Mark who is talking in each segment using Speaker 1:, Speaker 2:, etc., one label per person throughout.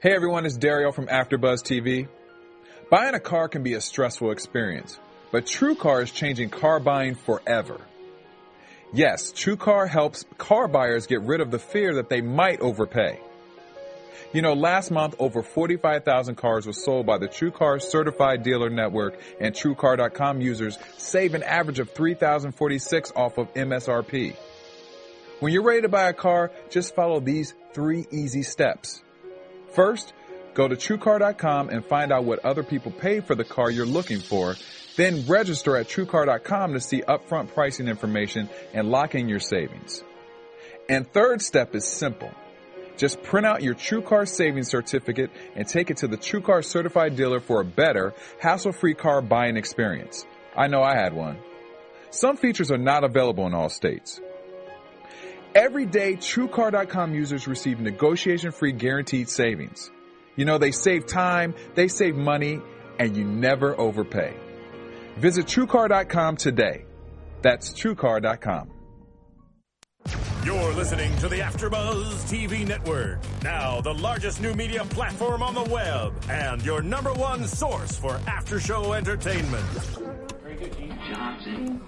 Speaker 1: Hey everyone, it's Dario from AfterBuzz TV. Buying a car can be a stressful experience, but TrueCar is changing car buying forever. Yes, TrueCar helps car buyers get rid of the fear that they might overpay. You know, last month over 45,000 cars were sold by the TrueCar Certified Dealer Network and TrueCar.com users save an average of 3,046 off of MSRP. When you're ready to buy a car, just follow these three easy steps. First, go to TrueCar.com and find out what other people pay for the car you're looking for. Then register at TrueCar.com to see upfront pricing information and lock in your savings. And third step is simple. Just print out your TrueCar savings certificate and take it to the TrueCar certified dealer for a better, hassle-free car buying experience. I know I had one. Some features are not available in all states. Every day, TrueCar.com users receive negotiation-free guaranteed savings. You know, they save time, they save money, and you never overpay. Visit TrueCar.com today. That's TrueCar.com.
Speaker 2: You're listening to the AfterBuzz TV Network, now the largest new media platform on the web, and your number one source for after-show entertainment.
Speaker 3: Johnson.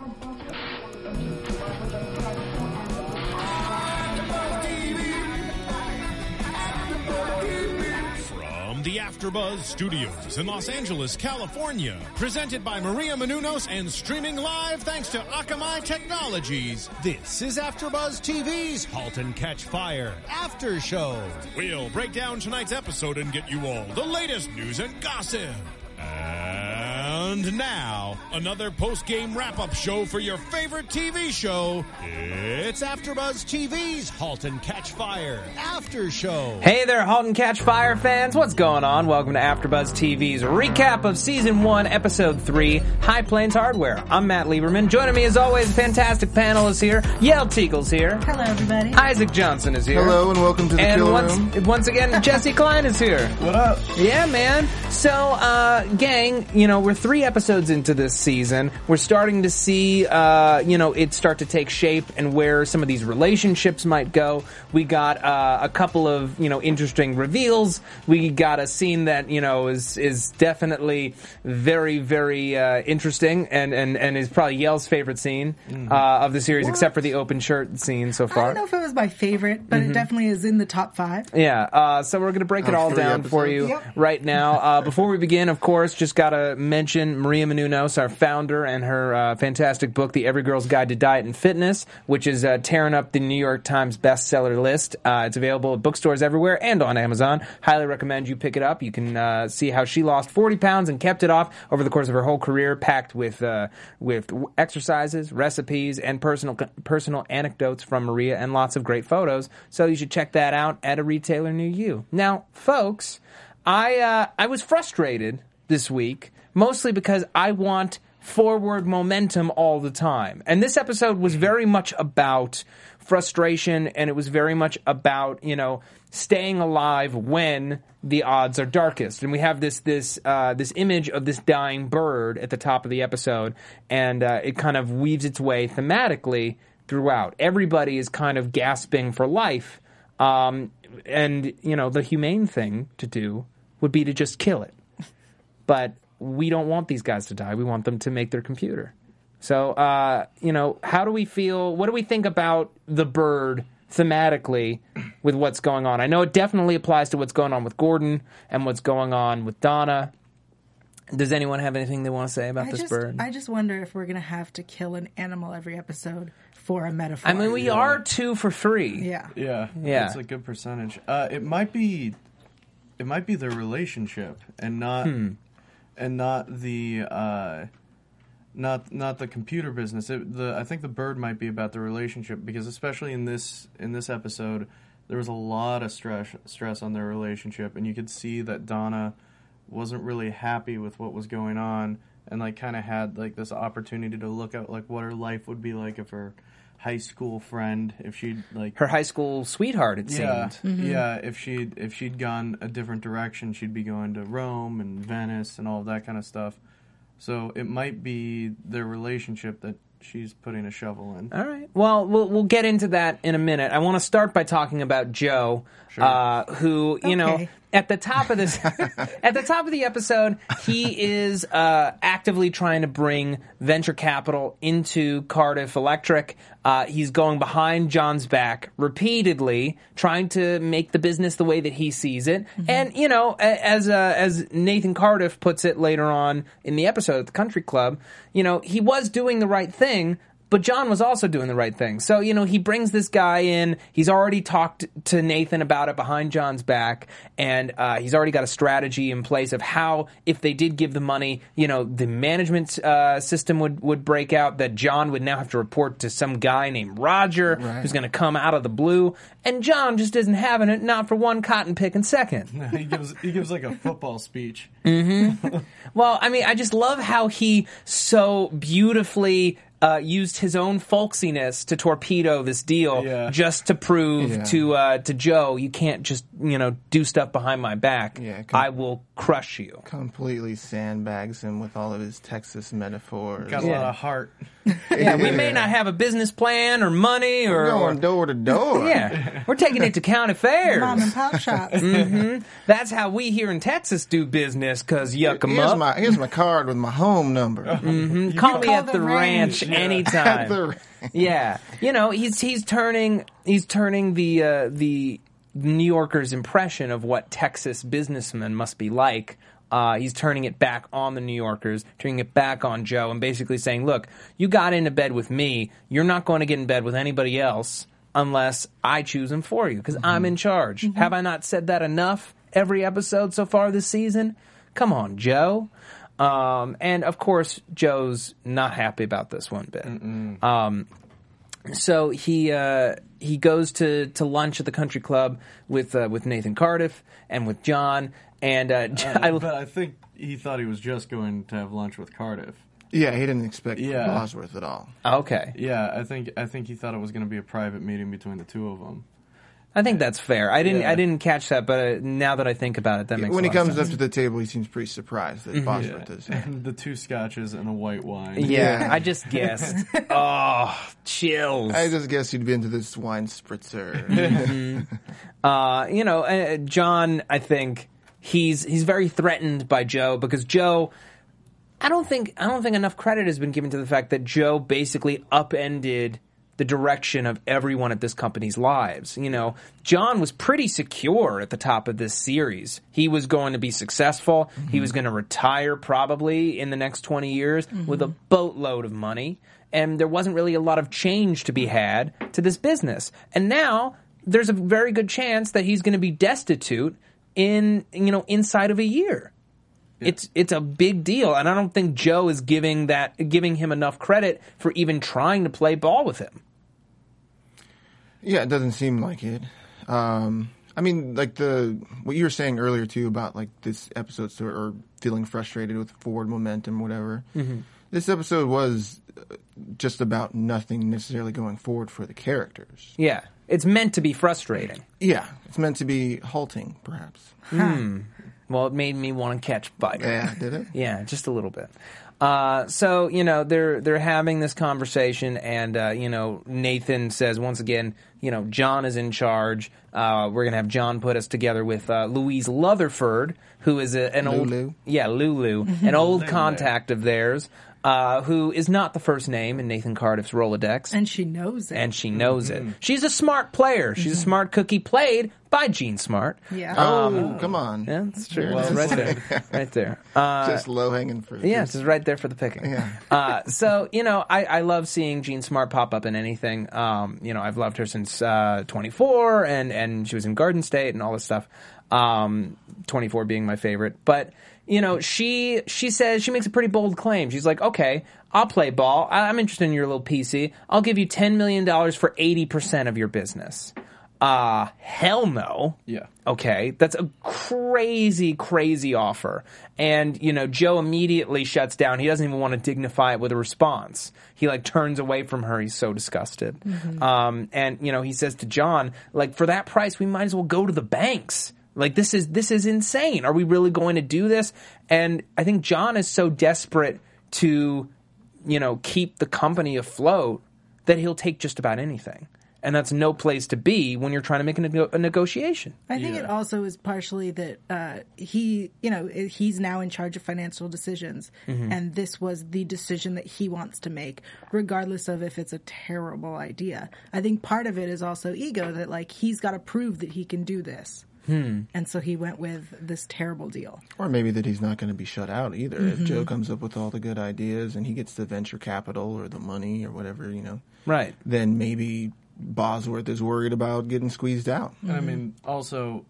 Speaker 4: From the AfterBuzz Studios in Los Angeles, California, presented by Maria Menounos and streaming live thanks to Akamai Technologies. This is AfterBuzz TV's *Halt and Catch Fire* After Show. We'll break down tonight's episode and get you all the latest news and gossip. And now, another post-game wrap-up show for your favorite TV show. It's AfterBuzz TV's *Halt and Catch Fire* After Show.
Speaker 5: Hey there, Halt and Catch Fire fans. What's going on? Welcome to AfterBuzz TV's recap of Season 1, Episode 3, High Plains Hardware. I'm Matt Lieberman. Joining me as always, a fantastic panel is here. Yale Teagle's here.
Speaker 6: Hello, everybody.
Speaker 5: Isaac Johnson is here.
Speaker 7: Hello and welcome to the
Speaker 5: And
Speaker 7: Killer
Speaker 5: once,
Speaker 7: Room.
Speaker 5: once again, Jesse Klein is here.
Speaker 7: What up?
Speaker 5: Yeah, man. So, uh, gang, you know, we're three episodes into this season. We're starting to see, uh, you know, it start to take shape and where some of these relationships might go. We got uh, a couple of, you know, interesting reveals. We got a scene that, you know, is is definitely very, very uh, interesting and, and, and is probably Yale's favorite scene
Speaker 7: Mm-hmm.
Speaker 5: uh, of the series, except for the open shirt scene so
Speaker 6: I
Speaker 5: far.
Speaker 6: don't know if it was my favorite, but it definitely is in the top five.
Speaker 5: Yeah, uh, so we're going to break it
Speaker 7: Uh,
Speaker 5: all
Speaker 7: three
Speaker 5: down for you
Speaker 7: episodes.
Speaker 6: Yep.
Speaker 5: right now. Uh, before we begin, of course, just got to mention Maria Menounos, our founder, and her uh, fantastic book, The Every Girl's Guide to Diet and Fitness, which is uh, tearing up the New York Times bestseller list. Uh, it's available at bookstores everywhere and on Amazon. Highly recommend you pick it up. You can uh, see how she lost 40 pounds and kept it off over the course of her whole career, packed with uh, with w- exercises, recipes, and personal personal anecdotes from Maria, and lots of great photos. So you should check that out at a retailer near you. Now, folks, I uh, I was frustrated this week mostly because I want forward momentum all the time, and this episode was very much about frustration, and it was very much about you know staying alive when the odds are darkest. And we have this this uh, this image of this dying bird at the top of the episode, and uh, it kind of weaves its way thematically throughout. Everybody is kind of gasping for life, um, and you know the humane thing to do would be to just kill it but we don't want these guys to die. We want them to make their computer. So, uh, you know, how do we feel? What do we think about the bird thematically with what's going on? I know it definitely applies to what's going on with Gordon and what's going on with Donna. Does anyone have anything they want to say about
Speaker 6: I
Speaker 5: this
Speaker 6: just,
Speaker 5: bird?
Speaker 6: I just wonder if we're gonna have to kill an animal every episode for a metaphor.
Speaker 5: I mean, we are two for three.
Speaker 6: yeah.
Speaker 7: Yeah,
Speaker 5: Yeah.
Speaker 7: That's a good percentage. Uh, it might be, it might be the relationship and not, and not the, uh, not not the computer business. It, the I think the bird might be about the relationship because especially in this in this episode, there was a lot of stress stress on their relationship, and you could see that Donna wasn't really happy with what was going on, and like kind of had like this opportunity to look at like what her life would be like if her high school friend if she'd like
Speaker 5: Her high school sweetheart, it
Speaker 7: yeah,
Speaker 5: seemed.
Speaker 7: yeah. If she if she'd gone a different direction, she'd be going to Rome and Venice and all of that kind of stuff. So it might be their relationship that she's putting a shovel in.
Speaker 5: All right. Well, we'll we'll get into that in a minute. I want to start by talking about Joe, uh, who you know
Speaker 6: Okay.
Speaker 5: at the top of this at the top of the episode he is uh, actively trying to bring venture capital into cardiff electric uh, he's going behind john's back repeatedly trying to make the business the way that he sees it and you know a- as uh, as nathan cardiff puts it later on in the episode at the country club you know he was doing the right thing but John was also doing the right thing. So, you know, he brings this guy in. He's already talked to Nathan about it behind John's back. And uh, he's already got a strategy in place of how, if they did give the money, you know, the management uh, system would, would break out, that John would now have to report to some guy named Roger who's going to come out of the blue. And John just isn't having it, not for one cotton picking second.
Speaker 7: he gives he gives like a football speech.
Speaker 5: Mm, Well, I mean, I just love how he so beautifully uh, used his own folksiness to torpedo this deal,
Speaker 7: Yeah.
Speaker 5: just to prove
Speaker 3: Yeah.
Speaker 5: to uh, to Joe, you can't just you know do stuff behind my back.
Speaker 3: Yeah, com-
Speaker 5: I will crush you.
Speaker 3: Completely sandbags him with all of his Texas metaphors.
Speaker 7: Got a lot of heart.
Speaker 5: Yeah, we may not have a business plan or money or.
Speaker 3: We're
Speaker 5: or-
Speaker 3: going door to door.
Speaker 5: yeah, we're taking it to county fairs.
Speaker 6: Mom and pop shops.
Speaker 5: That's how we here in Texas do business, cause yuck 'em
Speaker 3: Here's
Speaker 5: up. Mm-hmm.
Speaker 3: my here's my card with my home number.
Speaker 5: Call me
Speaker 6: call
Speaker 5: at
Speaker 6: the
Speaker 5: the ranch,
Speaker 6: ranch.
Speaker 5: anytime.
Speaker 3: The-
Speaker 5: yeah, you know he's he's turning he's turning the uh, the New Yorker's impression of what Texas businessmen must be like. Uh, he's turning it back on the New Yorkers, turning it back on Joe, and basically saying, "Look, you got into bed with me. You're not going to get in bed with anybody else unless I choose him for you because
Speaker 6: Mm-hmm.
Speaker 5: I'm in charge." Have I not said that enough every episode so far this season? Come on, Joe. Um, and of course, Joe's not happy about this one bit. Um, So he uh, he goes to, to lunch at the country club with uh, with Nathan Cardiff and with John and uh, I,
Speaker 3: Oh,
Speaker 7: but I think he thought he was just going to have lunch with Cardiff.
Speaker 3: yeah, he didn't expect
Speaker 7: Yeah.
Speaker 3: Bosworth at all.
Speaker 5: okay.
Speaker 7: Yeah, I think I think he thought it was going to be a private meeting between the two of them.
Speaker 5: I think that's fair. I didn't
Speaker 7: Yeah.
Speaker 5: I didn't catch that, but uh, now that I think about it, that makes
Speaker 3: when
Speaker 5: a
Speaker 3: he
Speaker 5: lot Mm-hmm. of
Speaker 3: comes up
Speaker 5: sense.
Speaker 3: to the table, he seems pretty surprised that Bosworth is here.
Speaker 7: the two scotches and a white wine.
Speaker 5: yeah,
Speaker 3: Yeah.
Speaker 5: I just guessed. oh, chills.
Speaker 3: I just guess he'd been to this wine spritzer.
Speaker 5: uh, you know, uh, John, I think he's he's very threatened by Joe because Joe. I don't think I don't think enough credit has been given to the fact that Joe basically upended the direction of everyone at this company's lives. You know, John was pretty secure at the top of this series. He was going to be successful. He was going to retire probably in the next 20 years with a boatload of money. And there wasn't really a lot of change to be had to this business. And now there's a very good chance that he's going to be destitute in, you know, inside of a year. It's it's a big deal, and I don't think Joe is giving that giving him enough credit for even trying to play ball with him.
Speaker 3: yeah, it doesn't seem like it. Um, I mean, like the what you were saying earlier too about like this episode sort or feeling frustrated with forward momentum, whatever.
Speaker 5: Mm-hmm.
Speaker 3: This episode was uh, just about nothing necessarily going forward for the characters.
Speaker 5: Yeah, it's meant to be frustrating.
Speaker 3: Yeah, it's meant to be halting, perhaps.
Speaker 5: Well, it made me want to catch fire.
Speaker 3: Yeah, did it?
Speaker 5: Yeah, just a little bit. Uh, so you know they're they're having this conversation, and uh, you know Nathan says once again, you know John is in charge. Uh, we're gonna have John put us together with uh, Louise Rutherford, who is a, an
Speaker 3: Lulu.
Speaker 5: old yeah Lulu, an old contact of theirs, uh, who is not the first name in Nathan Cardiff's Rolodex,
Speaker 6: and she knows it.
Speaker 5: and she knows it. She's a smart player. She's a smart cookie, played by Gene Smart.
Speaker 6: Mm-hmm. yeah.
Speaker 3: Oh, come on.
Speaker 5: Yeah, that's true.
Speaker 3: Well,
Speaker 5: right there, right there. Uh,
Speaker 3: just low hanging fruit.
Speaker 5: yeah, it's just right there for the picking. Uh, so you know, I, I love seeing Jean Smart pop up in anything. Um, you know, I've loved her since uh, 24, and and she was in Garden State and all this stuff. Um, 24 being my favorite, but you know, she she says she makes a pretty bold claim. She's like, okay. I'll play ball. I- I'm interested in your little PC. I'll give you $10 million for 80% of your business. Uh, hell no.
Speaker 7: Yeah.
Speaker 5: Okay, that's a crazy, crazy offer. And, you know, Joe immediately shuts down. He doesn't even want to dignify it with a response. He, like, turns away from her. He's so disgusted. Um, and, you know, he says to John, like, for that price, we might as well go to the banks. Like, this is, this is insane. Are we really going to do this? And I think John is so desperate to, you know, keep the company afloat that he'll take just about anything. and that's no place to be when you're trying to make a, nego a negotiation.
Speaker 6: I think it also is partially that uh, he, you know, he's now in charge of financial decisions, and this was the decision that he wants to make, regardless of if it's a terrible idea. I think part of it is also ego that like he's got to prove that he can do this, and so he went with this terrible deal.
Speaker 3: Or maybe that he's not going to be shut out either. If
Speaker 5: Mm-hmm.
Speaker 3: Joe comes up with all the good ideas and he gets the venture capital or the money or whatever, you know,
Speaker 5: Right.
Speaker 3: then maybe Bosworth is worried about getting squeezed out.
Speaker 7: I mean, also,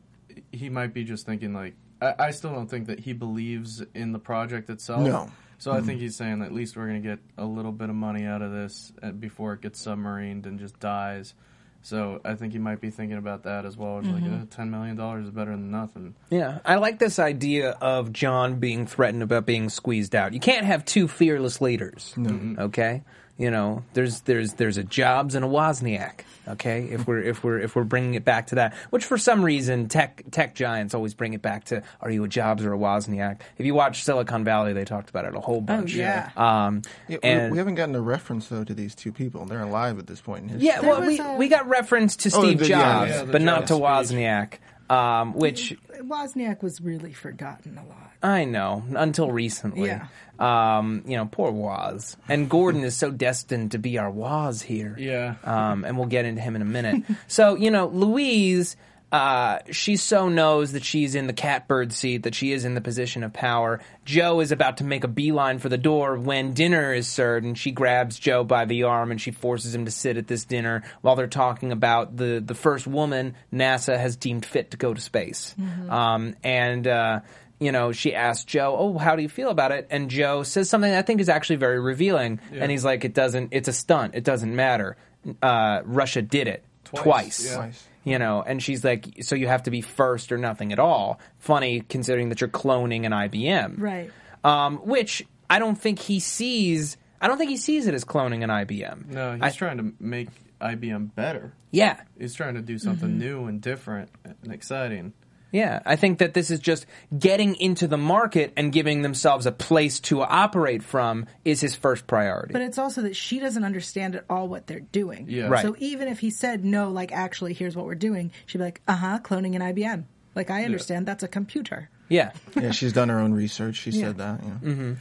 Speaker 7: he might be just thinking like I, I still don't think that he believes in the project itself.
Speaker 3: No.
Speaker 7: So I think he's saying at least we're going to get a little bit of money out of this uh, before it gets submarined and just dies. So I think he might be thinking about that as well. It's like uh, ten million dollars is better than nothing.
Speaker 5: Yeah, I like this idea of John being threatened about being squeezed out. You can't have two fearless leaders.
Speaker 3: Mm-hmm.
Speaker 5: Okay, you know, there's there's there's a Jobs and a Wozniak. Okay, if we're if we're if we're bringing it back to that, which for some reason tech tech giants always bring it back to, are you a Jobs or a Wozniak? If you watch Silicon Valley, they talked about it a whole bunch.
Speaker 6: Oh, yeah.
Speaker 5: Um,
Speaker 3: Yeah, we-
Speaker 5: and
Speaker 3: we, haven't gotten a reference though to these two people. They're alive at this point in history.
Speaker 5: yeah, well,
Speaker 6: was
Speaker 5: we,
Speaker 6: a-
Speaker 5: we got reference to Steve
Speaker 3: Oh, the- yeah,
Speaker 5: Jobs,
Speaker 3: yeah,
Speaker 7: the
Speaker 5: but not
Speaker 7: Jobs
Speaker 5: to
Speaker 7: speech.
Speaker 5: Wozniak. Um, which
Speaker 6: Wozniak was really forgotten a lot.
Speaker 5: I know, until recently.
Speaker 6: Yeah.
Speaker 5: Um, you know, poor Waz. And Gordon is so destined to be our Waz here.
Speaker 7: Yeah.
Speaker 5: Um, and we'll get into him in a minute. so, you know, Louise, uh, she so knows that she's in the catbird seat, that she is in the position of power. Joe is about to make a beeline for the door when dinner is served, and she grabs Joe by the arm and she forces him to sit at this dinner while they're talking about the, the first woman NASA has deemed fit to go to space. Um, and, uh, you know, she asked Joe, "Oh, how do you feel about it?" And Joe says something I think is actually very revealing, and he's like, "It doesn't. It's a stunt. It doesn't matter. Uh, Russia did it twice.
Speaker 7: yeah.
Speaker 3: Twice.
Speaker 5: You know." And she's like, "So you have to be first or nothing at all." Funny considering that you're cloning an IBM,
Speaker 6: Right.
Speaker 5: Um, which I don't think he sees. I don't think he sees it as cloning an IBM.
Speaker 7: No, he's
Speaker 5: I-
Speaker 7: trying to make IBM better.
Speaker 5: Yeah.
Speaker 7: He's trying to do something new and different and exciting.
Speaker 5: Yeah, I think that this is just getting into the market and giving themselves a place to operate from is his first priority.
Speaker 6: But it's also that she doesn't understand at all what they're doing.
Speaker 7: Yeah. Right.
Speaker 6: So even if he said no, like actually, here's what we're doing, she'd be like, "Uh huh, cloning an IBM." Like I understand that's a computer.
Speaker 5: yeah.
Speaker 3: yeah, she's done her own research. She said that. Yeah.
Speaker 5: Mm-hmm.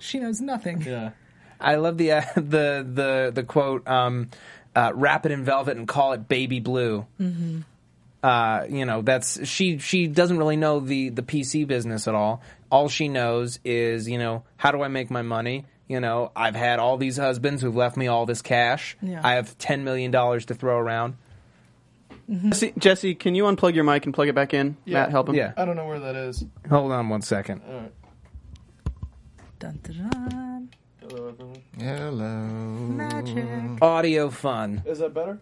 Speaker 6: She knows nothing.
Speaker 7: Yeah.
Speaker 5: I love the uh, the the the quote. Um, uh, wrap it in velvet and call it baby blue. Mm-hmm. Uh, you know that's she she doesn't really know the the PC business at all. All she knows is you know how do I make my money. You know I've had all these husbands who've left me all this cash.
Speaker 6: Yeah.
Speaker 5: I have ten million dollars to throw around.
Speaker 8: Jesse, Jesse, can you unplug your mic and plug it back in?
Speaker 7: Yeah.
Speaker 8: Matt, help him.
Speaker 5: Yeah,
Speaker 7: I don't know where that is.
Speaker 5: hold on one second.
Speaker 6: Dun, dun, dun.
Speaker 7: Hello, everyone.
Speaker 3: Hello.
Speaker 5: Mm-hmm.
Speaker 6: Magic.
Speaker 5: Audio fun.
Speaker 7: Is that better?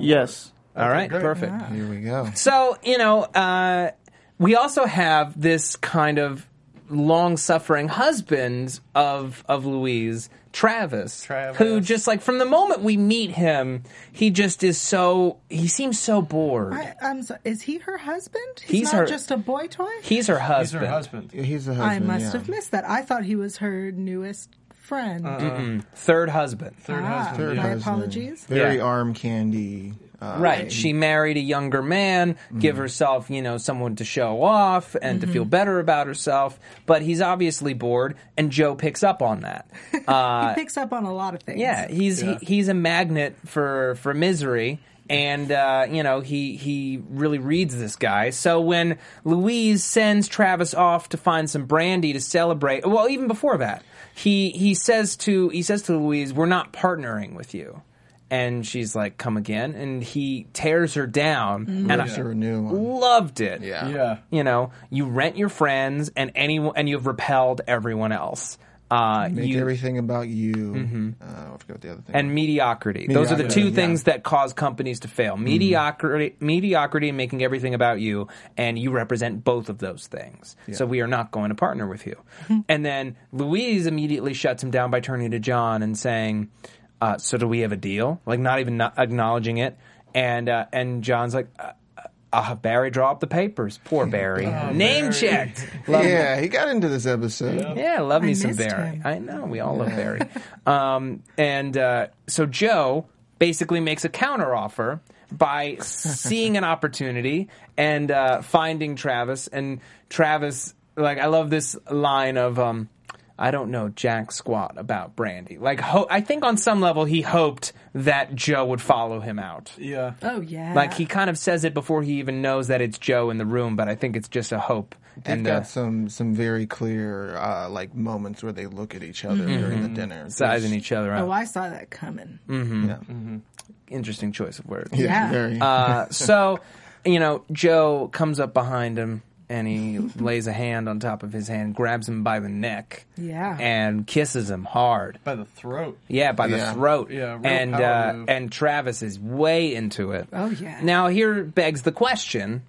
Speaker 8: Yes.
Speaker 5: All right,
Speaker 7: great.
Speaker 5: perfect.
Speaker 3: Here we go.
Speaker 5: So, you know, uh, we also have this kind of long suffering husband of of Louise, Travis,
Speaker 7: Travis.
Speaker 5: who just like from the moment we meet him, he just is so he seems so bored.
Speaker 6: I, I'm sorry. Is he her husband? He's,
Speaker 5: He's
Speaker 6: not
Speaker 5: her-
Speaker 6: just a boy toy.
Speaker 5: He's her
Speaker 7: He's
Speaker 5: husband.
Speaker 7: her husband.
Speaker 3: He's the
Speaker 6: I
Speaker 3: husband.
Speaker 6: must
Speaker 3: yeah.
Speaker 6: have missed that. I thought he was her newest friend.
Speaker 5: Third husband.
Speaker 7: Third
Speaker 6: Ah,
Speaker 7: husband.
Speaker 3: Third
Speaker 7: yeah.
Speaker 6: My
Speaker 3: husband.
Speaker 6: apologies.
Speaker 3: Very
Speaker 5: Yeah.
Speaker 3: arm candy. Uh,
Speaker 5: Right. She married a younger man, give herself, you know, someone to show off and to feel better about herself, but he's obviously bored and Joe picks up on that.
Speaker 6: he picks up on a lot of things.
Speaker 5: Yeah, he's
Speaker 7: Yeah.
Speaker 5: He, he's a magnet for for misery, and uh, you know he he really reads this guy. So when Louise sends Travis off to find some brandy to celebrate, well, even before that, he he says to he says to Louise, "We're not partnering with you." And she's like, "Come again," and he tears her down, and I
Speaker 3: Rips Mm-hmm. her a new one.
Speaker 5: loved it.
Speaker 3: Yeah.
Speaker 7: Yeah.
Speaker 5: You know, you rent your friends, and anyone, and you've repelled everyone else. Uh,
Speaker 3: Make
Speaker 5: you, Mm-hmm.
Speaker 3: everything about you. Uh, I forgot the other thing.
Speaker 5: and mediocrity. Those are the
Speaker 3: Mediocrity,
Speaker 5: two
Speaker 3: yeah.
Speaker 5: things that cause companies to fail. Mediocrity, mediocrity and making everything about you, and you represent both of those things. So we are not going to partner with you. and then Louise immediately shuts him down by turning to John and saying, uh, "So do we have a deal?" Like not even not acknowledging it. And uh, and John's like. Uh, uh, Barry, draw up the papers. Poor Barry. Name
Speaker 7: Barry.
Speaker 5: checked.
Speaker 3: yeah, he got into this episode.
Speaker 5: Yeah, love me
Speaker 6: I
Speaker 5: some
Speaker 6: missed
Speaker 5: Barry.
Speaker 6: him.
Speaker 5: I know we all love Barry. Um, and uh, so Joe basically makes a counteroffer by seeing an opportunity and uh, finding Travis. And Travis, like, I love this line of, um, I don't know jack squat about Brandy. Like, ho- I think on some level he hoped that Joe would follow him out.
Speaker 7: Yeah.
Speaker 6: Oh yeah.
Speaker 5: Like he kind of says it before he even knows that it's Joe in the room, but I think it's just a hope.
Speaker 3: They've
Speaker 5: and
Speaker 3: got
Speaker 5: uh,
Speaker 3: some some very clear uh, like moments where they look at each other during the
Speaker 5: Mm-hmm.
Speaker 3: dinner.
Speaker 5: sizing each other up.
Speaker 6: Oh, I saw that coming.
Speaker 3: Yeah.
Speaker 5: Interesting choice of words.
Speaker 3: Yeah,
Speaker 6: Yeah.
Speaker 3: Very.
Speaker 5: Uh, so, you know, Joe comes up behind him and he lays a hand on top of his hand, grabs him by the neck,
Speaker 6: Yeah.
Speaker 5: and kisses him hard.
Speaker 7: By the throat.
Speaker 5: Yeah, by the
Speaker 3: Yeah.
Speaker 5: throat.
Speaker 7: Yeah, real
Speaker 5: and
Speaker 7: power
Speaker 5: uh,
Speaker 7: move.
Speaker 5: and Travis is way into it.
Speaker 6: Oh, yeah. Mm-hmm.
Speaker 5: Now here begs the question: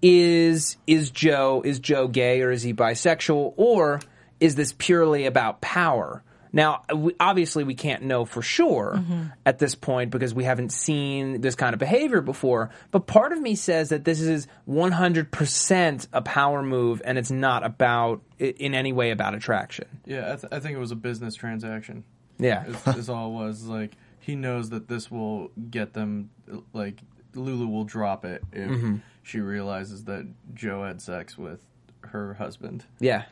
Speaker 5: Is is Joe is Joe gay or is he bisexual or is this purely about power? Now, we, obviously, we can't know for sure
Speaker 6: Mm-hmm.
Speaker 5: at this point because we haven't seen this kind of behavior before. But part of me says that this is 100% a power move and it's not about, i- in any way, about attraction.
Speaker 7: Yeah, I, th- I think it was a business transaction.
Speaker 5: Yeah.
Speaker 7: Is, is all it was like he knows that this will get them like Lulu will drop it if
Speaker 5: Mm-hmm.
Speaker 7: she realizes that Joe had sex with her husband.
Speaker 5: Yeah.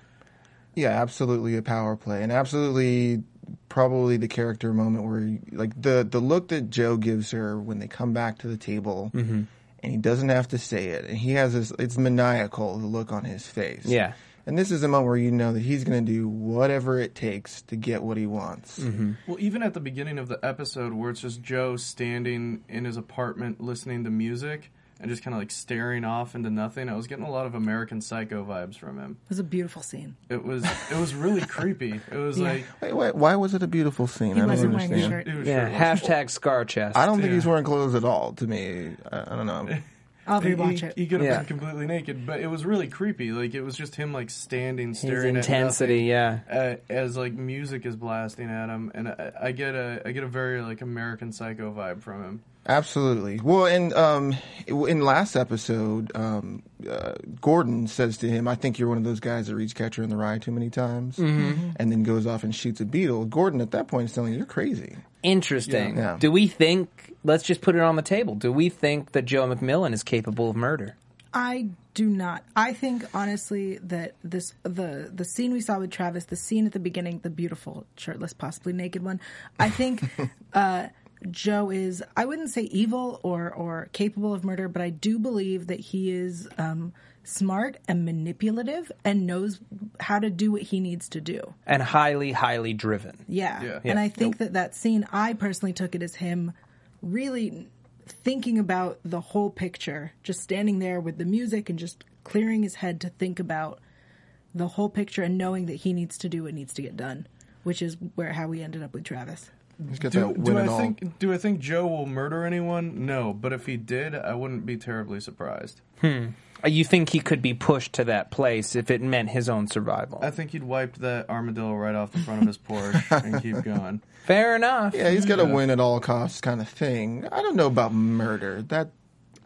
Speaker 3: yeah, absolutely a power play, and absolutely probably the character moment where you- like the the look that Joe gives her when they come back to the table, and he doesn't have to say it, and he has this it's maniacal the look on his face.
Speaker 5: Yeah.
Speaker 3: And this is a moment where you know that he's going to do whatever it takes to get what he wants.
Speaker 7: Well, even at the beginning of the episode where it's just Joe standing in his apartment listening to music and just kind of like staring off into nothing, I was getting a lot of American Psycho vibes from him.
Speaker 6: It was a beautiful scene.
Speaker 7: It was it was really creepy. It was like
Speaker 3: Wait, why, why was it a beautiful scene?
Speaker 6: He
Speaker 3: I don't
Speaker 6: wasn't wearing
Speaker 3: understand.
Speaker 6: a shirt.
Speaker 7: it was
Speaker 5: Yeah.
Speaker 7: shirtless.
Speaker 5: Hashtag scar chest.
Speaker 3: I don't think he's wearing clothes at all. To me, I, I don't know.
Speaker 6: I'll
Speaker 7: He-
Speaker 6: rewatch
Speaker 7: he,
Speaker 6: it.
Speaker 7: He could have
Speaker 5: Yeah.
Speaker 7: been completely naked, but it was really creepy. Like it was just him like standing,
Speaker 5: His
Speaker 7: staring
Speaker 5: intensity,
Speaker 7: at
Speaker 5: yeah.
Speaker 7: nothing, uh, as like music is blasting at him, and I, I get a I get a very like American Psycho vibe from him.
Speaker 3: Absolutely. Well, and um, in last episode, um, uh, Gordon says to him, "I think you're one of those guys that reads catcher in the rye too many times,"
Speaker 5: Mm-hmm.
Speaker 7: Mm-hmm.
Speaker 3: and then goes off and shoots a beetle. Gordon at that point is telling you, "You're crazy."
Speaker 5: Interesting.
Speaker 3: Yeah.
Speaker 5: Do we think? Let's just put it on the table. Do we think that Joe McMillan is capable of murder?
Speaker 6: I do not. I think honestly that this the the scene we saw with Travis, the scene at the beginning, the beautiful shirtless, possibly naked one. I think uh, Joe is. I wouldn't say evil or or capable of murder, but I do believe that he is um, smart and manipulative and knows how to do what he needs to do.
Speaker 5: And highly, highly driven.
Speaker 6: Yeah.
Speaker 7: Yeah.
Speaker 6: And
Speaker 7: Yeah.
Speaker 6: I think that that scene, I personally took it as him really thinking about the whole picture, just standing there with the music and just clearing his head to think about the whole picture and knowing that he needs to do what needs to get done, which is where how we ended up with Travis.
Speaker 3: He's got
Speaker 7: Do,
Speaker 3: that
Speaker 7: do
Speaker 3: win
Speaker 7: I
Speaker 3: it all.
Speaker 7: think do I think Joe will murder anyone? No, but if he did, I wouldn't be terribly surprised.
Speaker 5: Uh, You think he could be pushed to that place if it meant his own survival?
Speaker 7: I think he'd wipe that armadillo right off the front of his Porsche and keep going.
Speaker 5: Fair enough.
Speaker 3: yeah, he's got a win at all costs kind of thing. I don't know about murder. That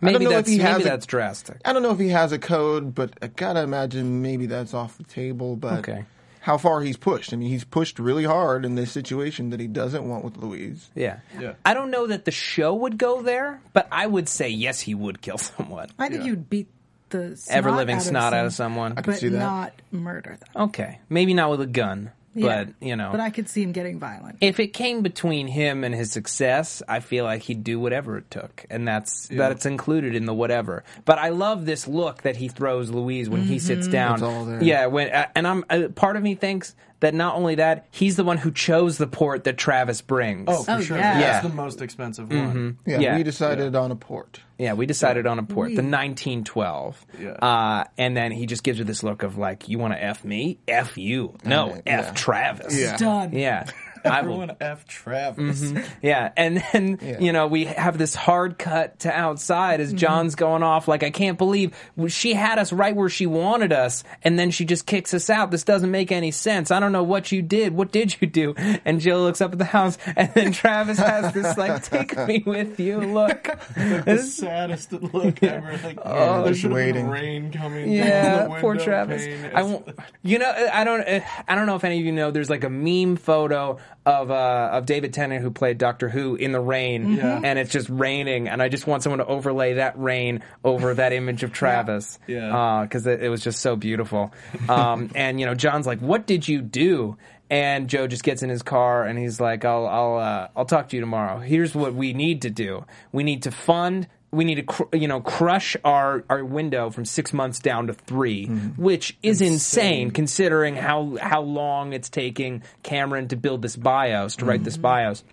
Speaker 3: I don't
Speaker 5: Maybe
Speaker 3: know
Speaker 5: that's
Speaker 3: if he
Speaker 5: maybe
Speaker 3: has.
Speaker 5: that's
Speaker 3: a,
Speaker 5: drastic.
Speaker 3: I don't know if he has a code, but I gotta imagine maybe that's off the table. But
Speaker 5: Okay.
Speaker 3: how far he's pushed? I mean, he's pushed really hard in this situation that he doesn't want with Louise.
Speaker 5: Yeah.
Speaker 7: Yeah.
Speaker 5: I don't know that the show would go there, but I would say yes, he would kill someone.
Speaker 6: I think you'd beat the snot
Speaker 5: Ever living
Speaker 6: out
Speaker 5: snot
Speaker 6: of
Speaker 5: out of someone.
Speaker 3: could
Speaker 6: but
Speaker 3: see that.
Speaker 6: not murder them.
Speaker 5: Okay, maybe not with a gun,
Speaker 6: Yeah.
Speaker 5: but you know.
Speaker 6: But I could see him getting violent.
Speaker 5: if it came between him and his success, I feel like he'd do whatever it took, and that's that's included in the whatever. But I love this look that he throws Louise when he sits down.
Speaker 3: Mm-hmm. It's all there.
Speaker 5: Yeah, when uh, and I'm uh, part of me thinks that not only that he's the one who chose the port that Travis brings.
Speaker 7: Oh, for
Speaker 6: Oh,
Speaker 7: sure.
Speaker 6: yeah.
Speaker 7: That's
Speaker 5: Yeah. Mm-hmm.
Speaker 7: the most expensive one.
Speaker 3: Yeah,
Speaker 5: Yeah.
Speaker 3: we decided on a port.
Speaker 5: Yeah, we decided on a port, the
Speaker 6: We-
Speaker 5: 1912.
Speaker 7: Yeah.
Speaker 5: Uh, and then he just gives her this look of like, "You want to f me? F you? No,
Speaker 3: Right,
Speaker 5: f
Speaker 3: yeah.
Speaker 5: Travis."
Speaker 3: Yeah.
Speaker 6: Done.
Speaker 5: Yeah. I will Mm-hmm.
Speaker 7: Everyone F Travis.
Speaker 5: Yeah, and then you know we have this hard cut to outside as John's going off like I can't believe she had us right where she wanted us, and then she just kicks us out. This doesn't make any sense. I don't know what you did. What did you do? And Jill looks up at the house, and then Travis has this like "Take me with you" look.
Speaker 7: the saddest look ever. Like, oh,
Speaker 3: just waiting.
Speaker 7: rain coming. down
Speaker 5: Yeah,
Speaker 7: the window
Speaker 5: poor Travis.
Speaker 7: pane.
Speaker 5: uh, I won't. You know, I don't. I don't know if any of you know. There's like a meme photo of uh, of David Tennant who played Doctor Who in the rain,
Speaker 7: Mm-hmm. Yeah.
Speaker 5: and it's just raining, and I just want someone to overlay that rain over that image of Travis, Um,
Speaker 7: Yeah.
Speaker 5: because it, it was just so beautiful. Um, and you know, John's like, "What did you do?" And Joe just gets in his car and he's like, "I'll I'll uh, I'll talk to you tomorrow. Here's what we need to do. We need to fund." We need to, cr- you know, crush our, our window from six months down to three, which is insane considering how how long it's taking Cameron to build this BIOS, to write this BIOS.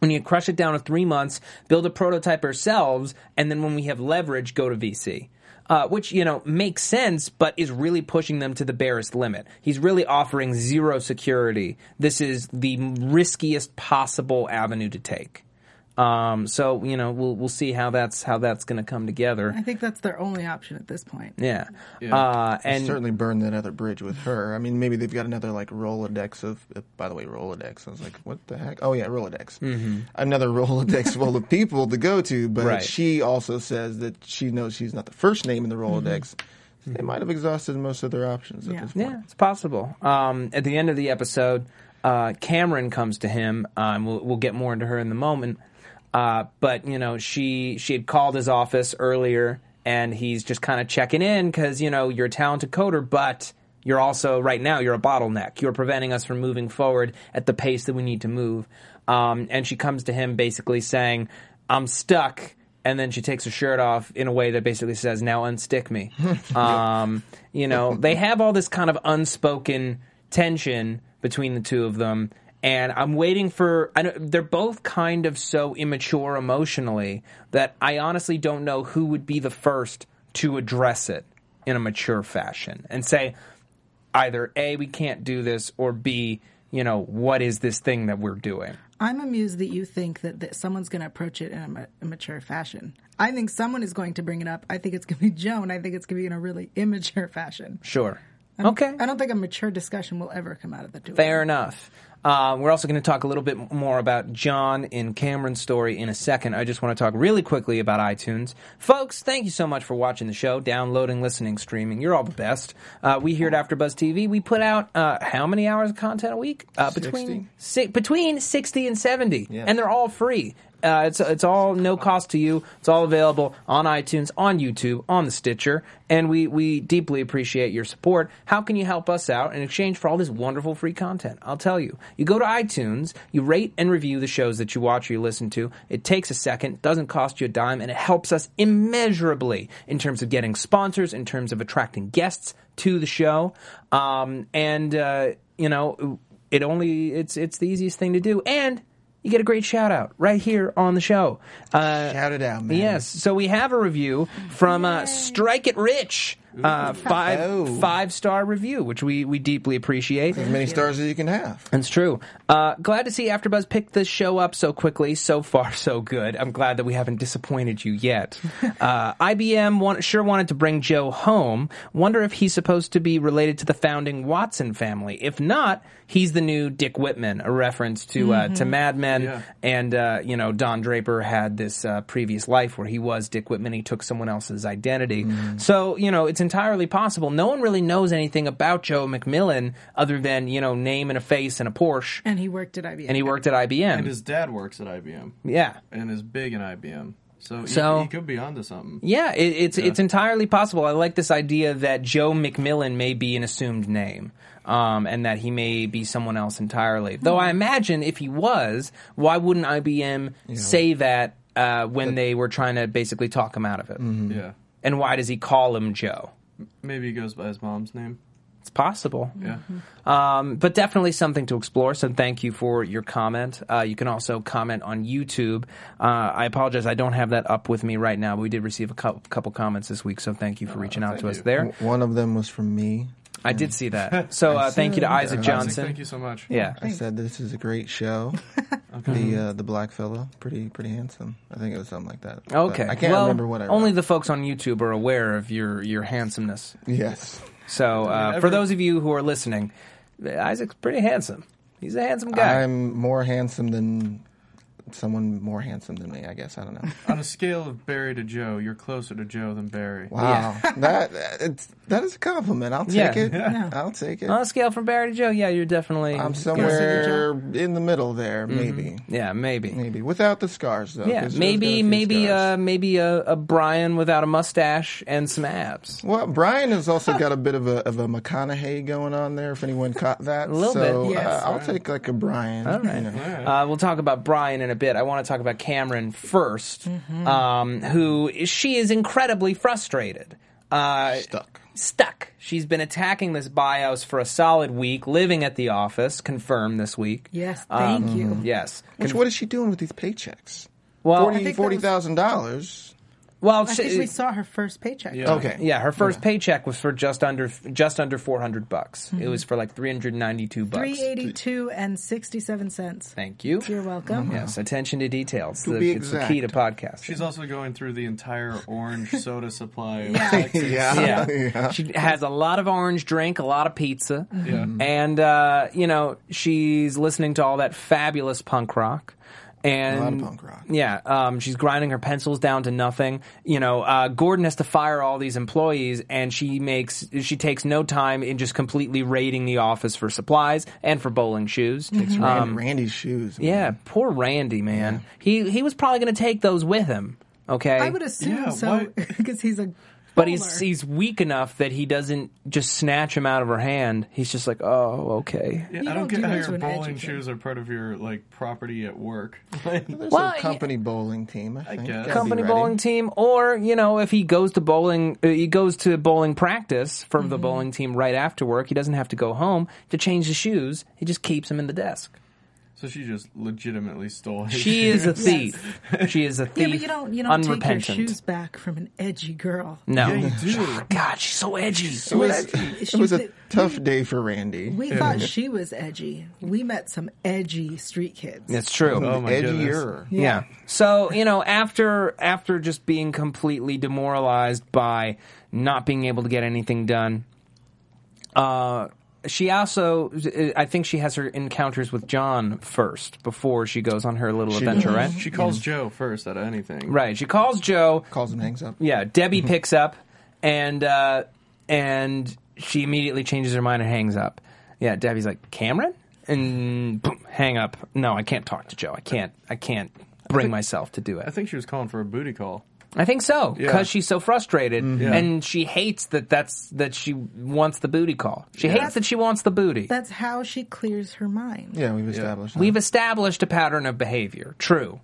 Speaker 5: We need to crush it down to three months, build a prototype ourselves, and then when we have leverage, go to VC. Uh, which you know makes sense, but is really pushing them to the barest limit. He's really offering zero security. This is the riskiest possible avenue to take. Um, so you know we'll we'll see how that's how that's going to come together.
Speaker 6: I think that's their only option at this point.
Speaker 5: Yeah, Uh, and
Speaker 3: certainly burned that other bridge with her. I mean, maybe they've got another like Rolodex of. uh, By the way, Rolodex. I was like, what the heck? Oh yeah, Rolodex. Mm-hmm. Another Rolodex full of people to go to. But
Speaker 5: Right.
Speaker 3: she also says that she knows she's not the first name in the Rolodex.
Speaker 5: Mm-hmm.
Speaker 3: So They might have exhausted most of their options at
Speaker 6: Yeah.
Speaker 3: this point.
Speaker 5: Yeah, it's possible. Um, at the end of the episode, uh, Cameron comes to him, uh, and we'll, we'll get more into her in the moment. Uh, but you know, she she had called his office earlier, and he's just kind of checking in because you know you're a talented coder, but you're also right now you're a bottleneck. You're preventing us from moving forward at the pace that we need to move. Um, and she comes to him basically saying, "I'm stuck." and then she takes her shirt off in a way that basically says, "Now unstick me." um, you know, they have all this kind of unspoken tension between the two of them, and I'm waiting for. I don't, they're both kind of so immature emotionally that I honestly don't know who would be the first to address it in a mature fashion and say, either a, we can't do this, or b, you know, what is this thing that we're doing?
Speaker 6: I'm amused that you think that, that someone's going to approach it in a, ma- a mature fashion. I think someone is going to bring it up. I think it's going to be Joan. I think it's going to be in a really immature fashion.
Speaker 5: Sure.
Speaker 6: I'm-
Speaker 5: okay.
Speaker 6: I don't think a mature discussion will ever come out of the two. of
Speaker 5: Fair
Speaker 6: them.
Speaker 5: enough. Uh, we're also going to talk a little bit more about John and Cameron's story in a second. I just want to talk really quickly about iTunes. Folks, thank you so much for watching the show, downloading, listening, streaming. You're all the best. Uh, we here at AfterBuzz TV, we put out uh, how many hours of content a week? Uh, between si- between 60 and 70. And they're all free. Uh, it's it's all no cost to you. It's all available on iTunes, on YouTube, on the Stitcher, and we we deeply appreciate your support. How can you help us out in exchange for all this wonderful free content? I'll tell you. You go to iTunes, you rate and review the shows that you watch or you listen to. It takes a second, doesn't cost you a dime, and it helps us immeasurably in terms of getting sponsors, in terms of attracting guests to the show, um, and uh, you know it only it's it's the easiest thing to do and you get a great shout out right here on the show. Uh,
Speaker 3: Shout it out, man.
Speaker 5: Yes, so we have a review from uh, Strike It Rich, uh, five five star review, which we we deeply appreciate.
Speaker 3: As many stars as you can have.
Speaker 5: It's true. Uh, glad to see AfterBuzz pick this show up so quickly. So far, so good. I'm glad that we haven't disappointed you yet. Uh, IBM want, sure wanted to bring Joe home. Wonder if he's supposed to be related to the founding Watson family. If not, he's the new Dick Whitman, a reference to uh, to Mad Men. And uh, you know, Don Draper had this uh, previous life where he was Dick Whitman. He took someone else's identity.
Speaker 7: Mm-hmm.
Speaker 5: So you know, it's entirely possible. No one really knows anything about Joe McMillan other than you know, name and a face and a Porsche.
Speaker 6: And he worked at IBM.
Speaker 5: And he worked at IBM.
Speaker 7: And his dad works at IBM
Speaker 5: yeah.
Speaker 7: and is big in IBM. So, he-
Speaker 5: So-
Speaker 7: he, could be onto something.
Speaker 5: Yeah, it, it's it's entirely possible. I like this idea that Joe McMillan may be an assumed name, um, and that he may be someone else entirely. Though I imagine if he was, why wouldn't IBM say that Mm-hmm. uh, when they were trying to basically talk him out of it?
Speaker 7: Yeah.
Speaker 5: And why does he call him Joe?
Speaker 7: Maybe he goes by his mom's name.
Speaker 5: It's possible.
Speaker 7: Yeah.
Speaker 5: Um, but definitely something to explore. So thank you for your comment. Uh, you can also comment on YouTube. Uh, I apologize, I don't have that up with me right now, but we did receive a cou- couple comments this week. So Uh, thank you for reaching out to us there.
Speaker 3: W- One of them was from me.
Speaker 5: I did see that. So uh, thank you to Isaac
Speaker 7: Isaac,
Speaker 5: Johnson.
Speaker 7: thank you so much.
Speaker 5: Yeah.
Speaker 3: I said this is a great show. The uh, the black fellow, pretty pretty handsome. I think it was something like that. But
Speaker 5: Okay.
Speaker 3: I can't
Speaker 5: well,
Speaker 3: remember what I wrote.
Speaker 5: only the folks on YouTube are aware of your your handsomeness.
Speaker 3: yes.
Speaker 5: So uh, for
Speaker 7: every-
Speaker 5: those of you who are listening, Isaac's pretty handsome. He's a handsome guy.
Speaker 3: I'm more handsome than someone more handsome than me. I guess I don't know.
Speaker 7: On a scale of Barry to Joe, you're closer to Joe than Barry.
Speaker 3: Wow, that that it's, that is a compliment. I'll take
Speaker 5: Yeah.
Speaker 3: it.
Speaker 6: Yeah.
Speaker 3: I'll take it.
Speaker 5: On a scale from Barry to Joe, yeah, you're definitely.
Speaker 3: I'm somewhere in the middle there, maybe,
Speaker 5: Mm-hmm. Yeah, maybe.
Speaker 3: maybe without the scars though.
Speaker 5: Yeah,
Speaker 3: 'cause Joe's got a
Speaker 5: maybe
Speaker 3: few
Speaker 5: maybe uh,
Speaker 3: scars.
Speaker 5: maybe a, a Brian without a mustache and some abs.
Speaker 3: Well, Brian has also got a bit of a of a McConaughey going on there. If anyone caught that, a
Speaker 5: little
Speaker 3: so,
Speaker 5: bit,
Speaker 6: yes.
Speaker 3: uh, I'll take like a Brian.
Speaker 5: All right. Uh, we'll talk about Brian in a bit. I want to talk about Cameron 1st
Speaker 3: Mm-hmm.
Speaker 5: um, who she is incredibly frustrated. Uh,
Speaker 3: Stuck.
Speaker 5: stuck. She's been attacking this bios for a solid week, living at the office, confirmed this week. Um,
Speaker 6: Yes, thank you.
Speaker 5: Yes.
Speaker 3: Which, what is she doing with these paychecks?
Speaker 5: Well, I think
Speaker 3: Forty
Speaker 5: that
Speaker 3: forty thousand dollars.
Speaker 5: Well,
Speaker 6: I
Speaker 5: she-
Speaker 6: think we saw her first paycheck.
Speaker 7: Yeah.
Speaker 3: Okay.
Speaker 5: yeah, her first paycheck was for just under just under 400 bucks. It was for like 392 bucks.
Speaker 6: Mm-hmm. Three eighty two and sixty seven cents.
Speaker 5: Thank you.
Speaker 6: You're welcome.
Speaker 7: Uh-huh.
Speaker 5: Yes, attention to details.
Speaker 3: To
Speaker 5: The-
Speaker 3: be
Speaker 5: it's the key to podcast.
Speaker 7: She's also going through the entire orange soda supply. Of Texas.
Speaker 3: Yeah. Mm-hmm.
Speaker 5: yeah. She has a lot of orange drink, a lot of pizza.
Speaker 7: Yeah.
Speaker 5: And, uh, you know, she's listening to all that fabulous punk rock. And
Speaker 3: A lot of punk rock.
Speaker 5: Yeah, um, she's grinding her pencils down to nothing. You know, uh, Gordon has to fire all these employees, and she makes she takes no time in just completely raiding the office for supplies and for bowling shoes.
Speaker 3: Ran- Randy's shoes. man.
Speaker 5: um, Yeah, poor Randy, man. He he was probably going to take those with him. Okay,
Speaker 6: I would assume
Speaker 7: Yeah,
Speaker 6: so
Speaker 7: why-
Speaker 6: because he's a.
Speaker 5: But he's
Speaker 6: bowler.
Speaker 5: he's weak enough that he doesn't just snatch him out of her hand. He's just like, oh, okay.
Speaker 7: Yeah,
Speaker 6: You
Speaker 7: I
Speaker 6: don't
Speaker 7: don't get
Speaker 6: do
Speaker 7: how
Speaker 6: that to
Speaker 7: your
Speaker 6: an
Speaker 7: bowling
Speaker 6: educator.
Speaker 7: shoes are part of your like property at work. Like,
Speaker 3: There's
Speaker 5: Well,
Speaker 3: a company bowling team. I, think.
Speaker 7: guess.
Speaker 3: Gotta be
Speaker 5: Company
Speaker 3: ready.
Speaker 5: bowling team, or you know, if he goes to bowling, uh, he goes to bowling practice from
Speaker 6: Mm-hmm.
Speaker 5: the bowling team right after work. He doesn't have to go home to change his shoes. He just keeps them in the desk.
Speaker 7: so she just legitimately stole. His
Speaker 5: She
Speaker 7: shoes.
Speaker 5: is a thief. She is a thief.
Speaker 6: Yeah, but you don't you don't take your
Speaker 5: unrepentant.
Speaker 6: shoes back from an edgy girl.
Speaker 5: No.
Speaker 7: Yeah, you do.
Speaker 5: God, she's so edgy.
Speaker 3: It was,
Speaker 6: She's
Speaker 3: it was a
Speaker 6: the-
Speaker 3: tough day for Randy.
Speaker 6: We thought she was edgy. We met some edgy street kids.
Speaker 5: It's true.
Speaker 7: Oh my
Speaker 3: Edgier.
Speaker 5: Yeah. So, you know, after after just being completely demoralized by not being able to get anything done, uh she also I think she has her encounters with John first before she goes on her little adventure, right?
Speaker 7: She calls Joe first out of anything.
Speaker 5: Right. She calls Joe.
Speaker 3: Calls and hangs up.
Speaker 5: Yeah, Debbie picks up and uh and she immediately changes her mind and hangs up. Yeah, Debbie's like, "Cameron?" And boom, hang up. No, I can't talk to Joe. I can't I can't bring myself to do it.
Speaker 7: I think she was calling for a booty call.
Speaker 5: I think so because
Speaker 7: Yeah.
Speaker 5: she's so frustrated
Speaker 7: Yeah.
Speaker 5: and she hates that that's that she wants the booty call. She hates that she wants the booty.
Speaker 6: That's how she clears her mind.
Speaker 3: Yeah, we've established.
Speaker 5: We've established a pattern of behavior. True.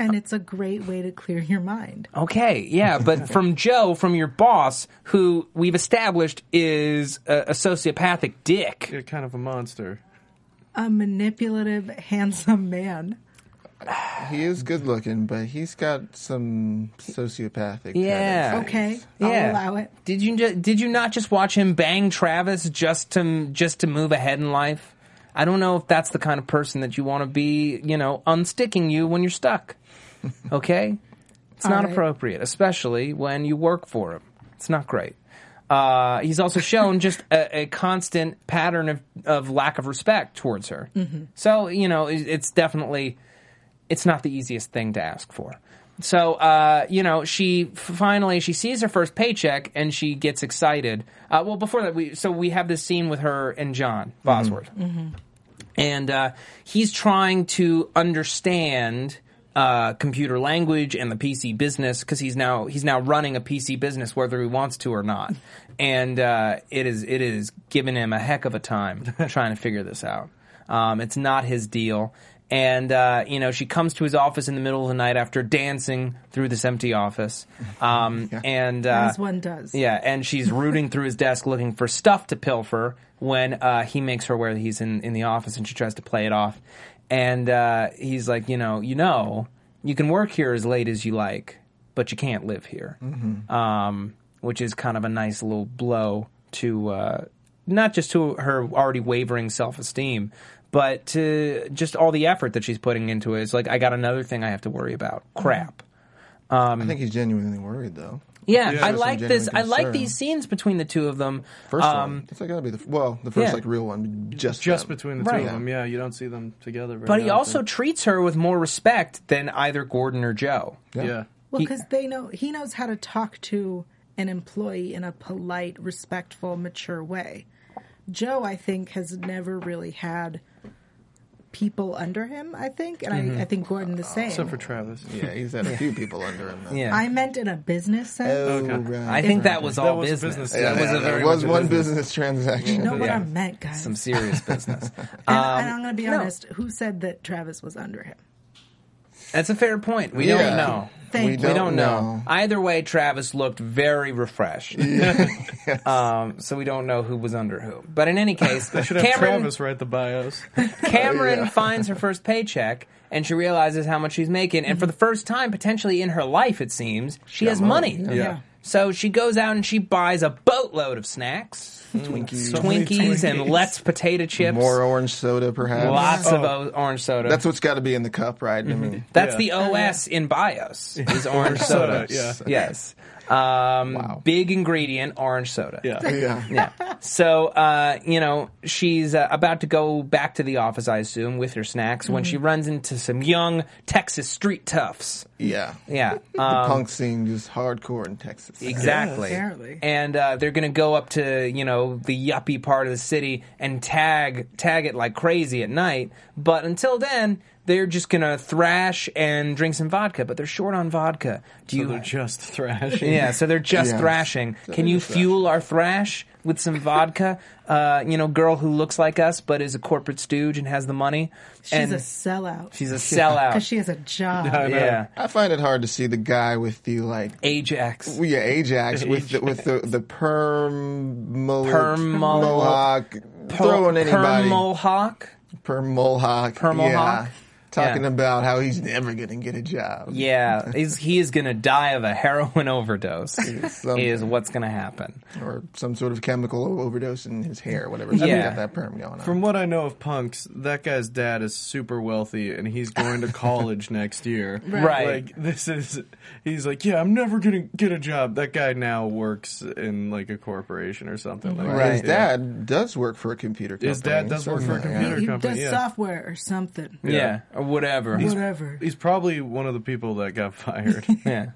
Speaker 6: And it's a great way to clear your mind.
Speaker 5: Okay, yeah, but from Joe, from your boss, who we've established is a, a sociopathic dick.
Speaker 7: Yeah, kind of a monster.
Speaker 6: A manipulative, handsome man.
Speaker 3: that. He is good looking, but he's got some sociopathic.
Speaker 5: Yeah.
Speaker 3: tendencies.
Speaker 6: Okay,
Speaker 5: Yeah.
Speaker 6: I'll allow it.
Speaker 5: Did you ju- did you not just watch him bang Travis just to just to move ahead in life? I don't know if that's the kind of person that you want to be, you know, unsticking you when you're stuck. Okay? It's
Speaker 6: All
Speaker 5: not
Speaker 6: right.
Speaker 5: appropriate, especially when you work for him. It's not great. Uh, he's also shown just a, a constant pattern of, of lack of respect towards her.
Speaker 6: Mm-hmm.
Speaker 5: So, you know, it, it's definitely it's not the easiest thing to ask for. So, uh, you know, she f- finally she sees her first paycheck and she gets excited. Uh, well, before that, we so we have this scene with her and John
Speaker 6: Mm-hmm.
Speaker 5: Bosworth, and uh, he's trying to understand uh, computer language and the PC business because he's now he's now running a PC business whether he wants to or not, and uh, it is it is giving him a heck of a time trying to figure this out. Um, it's not his deal. And uh, you know, she comes to his office in the middle of the night after dancing through this empty office. Um, And uh,
Speaker 6: As one does.
Speaker 5: yeah, and she's rooting through his desk looking for stuff to pilfer when uh, he makes her aware that he's in, in the office and she tries to play it off. And uh, he's like, you know, you know, you can work here as late as you like, but you can't live here.
Speaker 3: Mm-hmm.
Speaker 5: Um, which is kind of a nice little blow to uh, not just to her already wavering self esteem, but to just all the effort that she's putting into it. It's like, I got another thing I have to worry about. Crap.
Speaker 3: I think he's genuinely worried though.
Speaker 5: Yeah,
Speaker 3: Yeah.
Speaker 5: I
Speaker 3: Show some
Speaker 5: like
Speaker 3: genuine
Speaker 5: this. I like
Speaker 3: concern.
Speaker 5: these scenes between the two of them.
Speaker 3: First
Speaker 5: Um,
Speaker 3: one. It's like gotta be the f- well, the first
Speaker 5: yeah.
Speaker 3: like real one. Just
Speaker 7: Just
Speaker 3: them.
Speaker 7: between the two
Speaker 5: Right.
Speaker 7: of them, yeah. You don't see them together. Very
Speaker 5: But he
Speaker 7: often.
Speaker 5: also treats her with more respect than either Gordon or Joe.
Speaker 7: yeah.
Speaker 6: Well,
Speaker 5: He-
Speaker 6: because they know he knows how to talk to an employee in a polite, respectful, mature way. Joe, I think, has never really had people under him. I think, and I, I think Gordon the same.
Speaker 7: Except for Travis.
Speaker 3: Yeah, he's had a few people under him. though.
Speaker 5: Yeah,
Speaker 6: I meant in a business sense.
Speaker 3: Oh, right.
Speaker 5: I think that was all
Speaker 7: was
Speaker 5: business.
Speaker 7: business.
Speaker 5: That
Speaker 7: Yeah,
Speaker 5: was
Speaker 3: yeah,
Speaker 5: a
Speaker 3: there
Speaker 5: very
Speaker 3: was
Speaker 5: much
Speaker 3: one
Speaker 5: business.
Speaker 3: business, transaction.
Speaker 6: You know what
Speaker 5: Yeah.
Speaker 6: I meant, guys.
Speaker 5: some serious business.
Speaker 6: and, and I'm going to be
Speaker 5: no.
Speaker 6: honest. Who said that Travis was under him?
Speaker 5: That's a fair point. We
Speaker 3: Yeah.
Speaker 5: don't know.
Speaker 6: Thank
Speaker 3: We
Speaker 6: you.
Speaker 5: We don't
Speaker 3: don't
Speaker 5: know.
Speaker 3: know.
Speaker 5: Either way, Travis looked very refreshed. um, so we don't know who was under who. But in any case,
Speaker 7: Should have
Speaker 5: Cameron
Speaker 7: Travis write the bios.
Speaker 5: Cameron finds her first paycheck and she realizes how much she's making. And for the first time, potentially in her life, it seems, she has money.
Speaker 7: Yeah.
Speaker 5: So she goes out and she buys a boatload of snacks, Twinkies, Twinkies, and Let's potato chips,
Speaker 3: More orange soda, perhaps.
Speaker 5: lots of o- orange soda.
Speaker 3: That's what's got to be in the cup, right? I mean,
Speaker 5: That's
Speaker 7: Yeah.
Speaker 5: the OS in BIOS is orange soda.
Speaker 7: yeah.
Speaker 5: Yes. Um,
Speaker 3: Wow.
Speaker 5: Big ingredient, orange soda.
Speaker 7: Yeah.
Speaker 3: yeah.
Speaker 5: Mm-hmm. Yeah. So, uh, you know, she's uh, about to go back to the office, I assume, with her snacks when
Speaker 6: Mm-hmm.
Speaker 5: she runs into some young Texas street toughs.
Speaker 3: yeah,
Speaker 5: Yeah.
Speaker 3: The
Speaker 5: Um,
Speaker 3: punk scene is hardcore in Texas.
Speaker 5: Exactly.
Speaker 6: Yes. Apparently.
Speaker 5: And uh, they're going to go up to you know the yuppie part of the city and tag tag it like crazy at night. But until then, they're just going to thrash and drink some vodka. But they're short on vodka. Do
Speaker 7: So
Speaker 5: you?
Speaker 7: they're just thrashing.
Speaker 5: yeah, so they're just
Speaker 3: Yeah.
Speaker 5: thrashing.
Speaker 3: So
Speaker 5: Can
Speaker 3: they're
Speaker 5: you
Speaker 3: just
Speaker 5: fuel our thrash with some vodka? Uh, you know, girl who looks like us but is a corporate stooge and has the money.
Speaker 6: She's
Speaker 5: and
Speaker 6: a sellout.
Speaker 5: she's a
Speaker 6: because
Speaker 5: sellout.
Speaker 6: she has a job.
Speaker 5: yeah,
Speaker 3: I find it hard to see the guy with the like.
Speaker 5: Ajax.
Speaker 3: Well, yeah, Ajax with the, with the the perm mullet,
Speaker 5: Perm mullet.
Speaker 3: mohawk, throwing anybody
Speaker 5: Perm mohawk.
Speaker 3: perm mohawk,
Speaker 5: Perm mohawk.
Speaker 3: yeah, talking
Speaker 5: Yeah.
Speaker 3: about how he's never gonna get a job.
Speaker 5: Yeah, he's, he is going to die of a heroin overdose.
Speaker 3: Some-
Speaker 5: is what's going to happen.
Speaker 3: or some sort of chemical overdose in his hair, whatever. Yeah,
Speaker 5: Yeah.
Speaker 3: got that perm going on.
Speaker 7: From what I know of punks, that guy's dad is super wealthy and he's going to college next year.
Speaker 5: Right.
Speaker 7: Like this is he's like, Yeah, I'm never gonna get a job. That guy now works in like a corporation or something like
Speaker 3: Right. His
Speaker 7: that. Yeah.
Speaker 3: dad does work for a computer company.
Speaker 7: His dad does work for a
Speaker 3: something, yeah.
Speaker 7: computer
Speaker 6: He
Speaker 7: company.
Speaker 6: does
Speaker 7: yeah.
Speaker 6: software or something.
Speaker 5: Yeah, or whatever.
Speaker 6: Whatever.
Speaker 7: He's probably one of the people that got fired.
Speaker 5: yeah,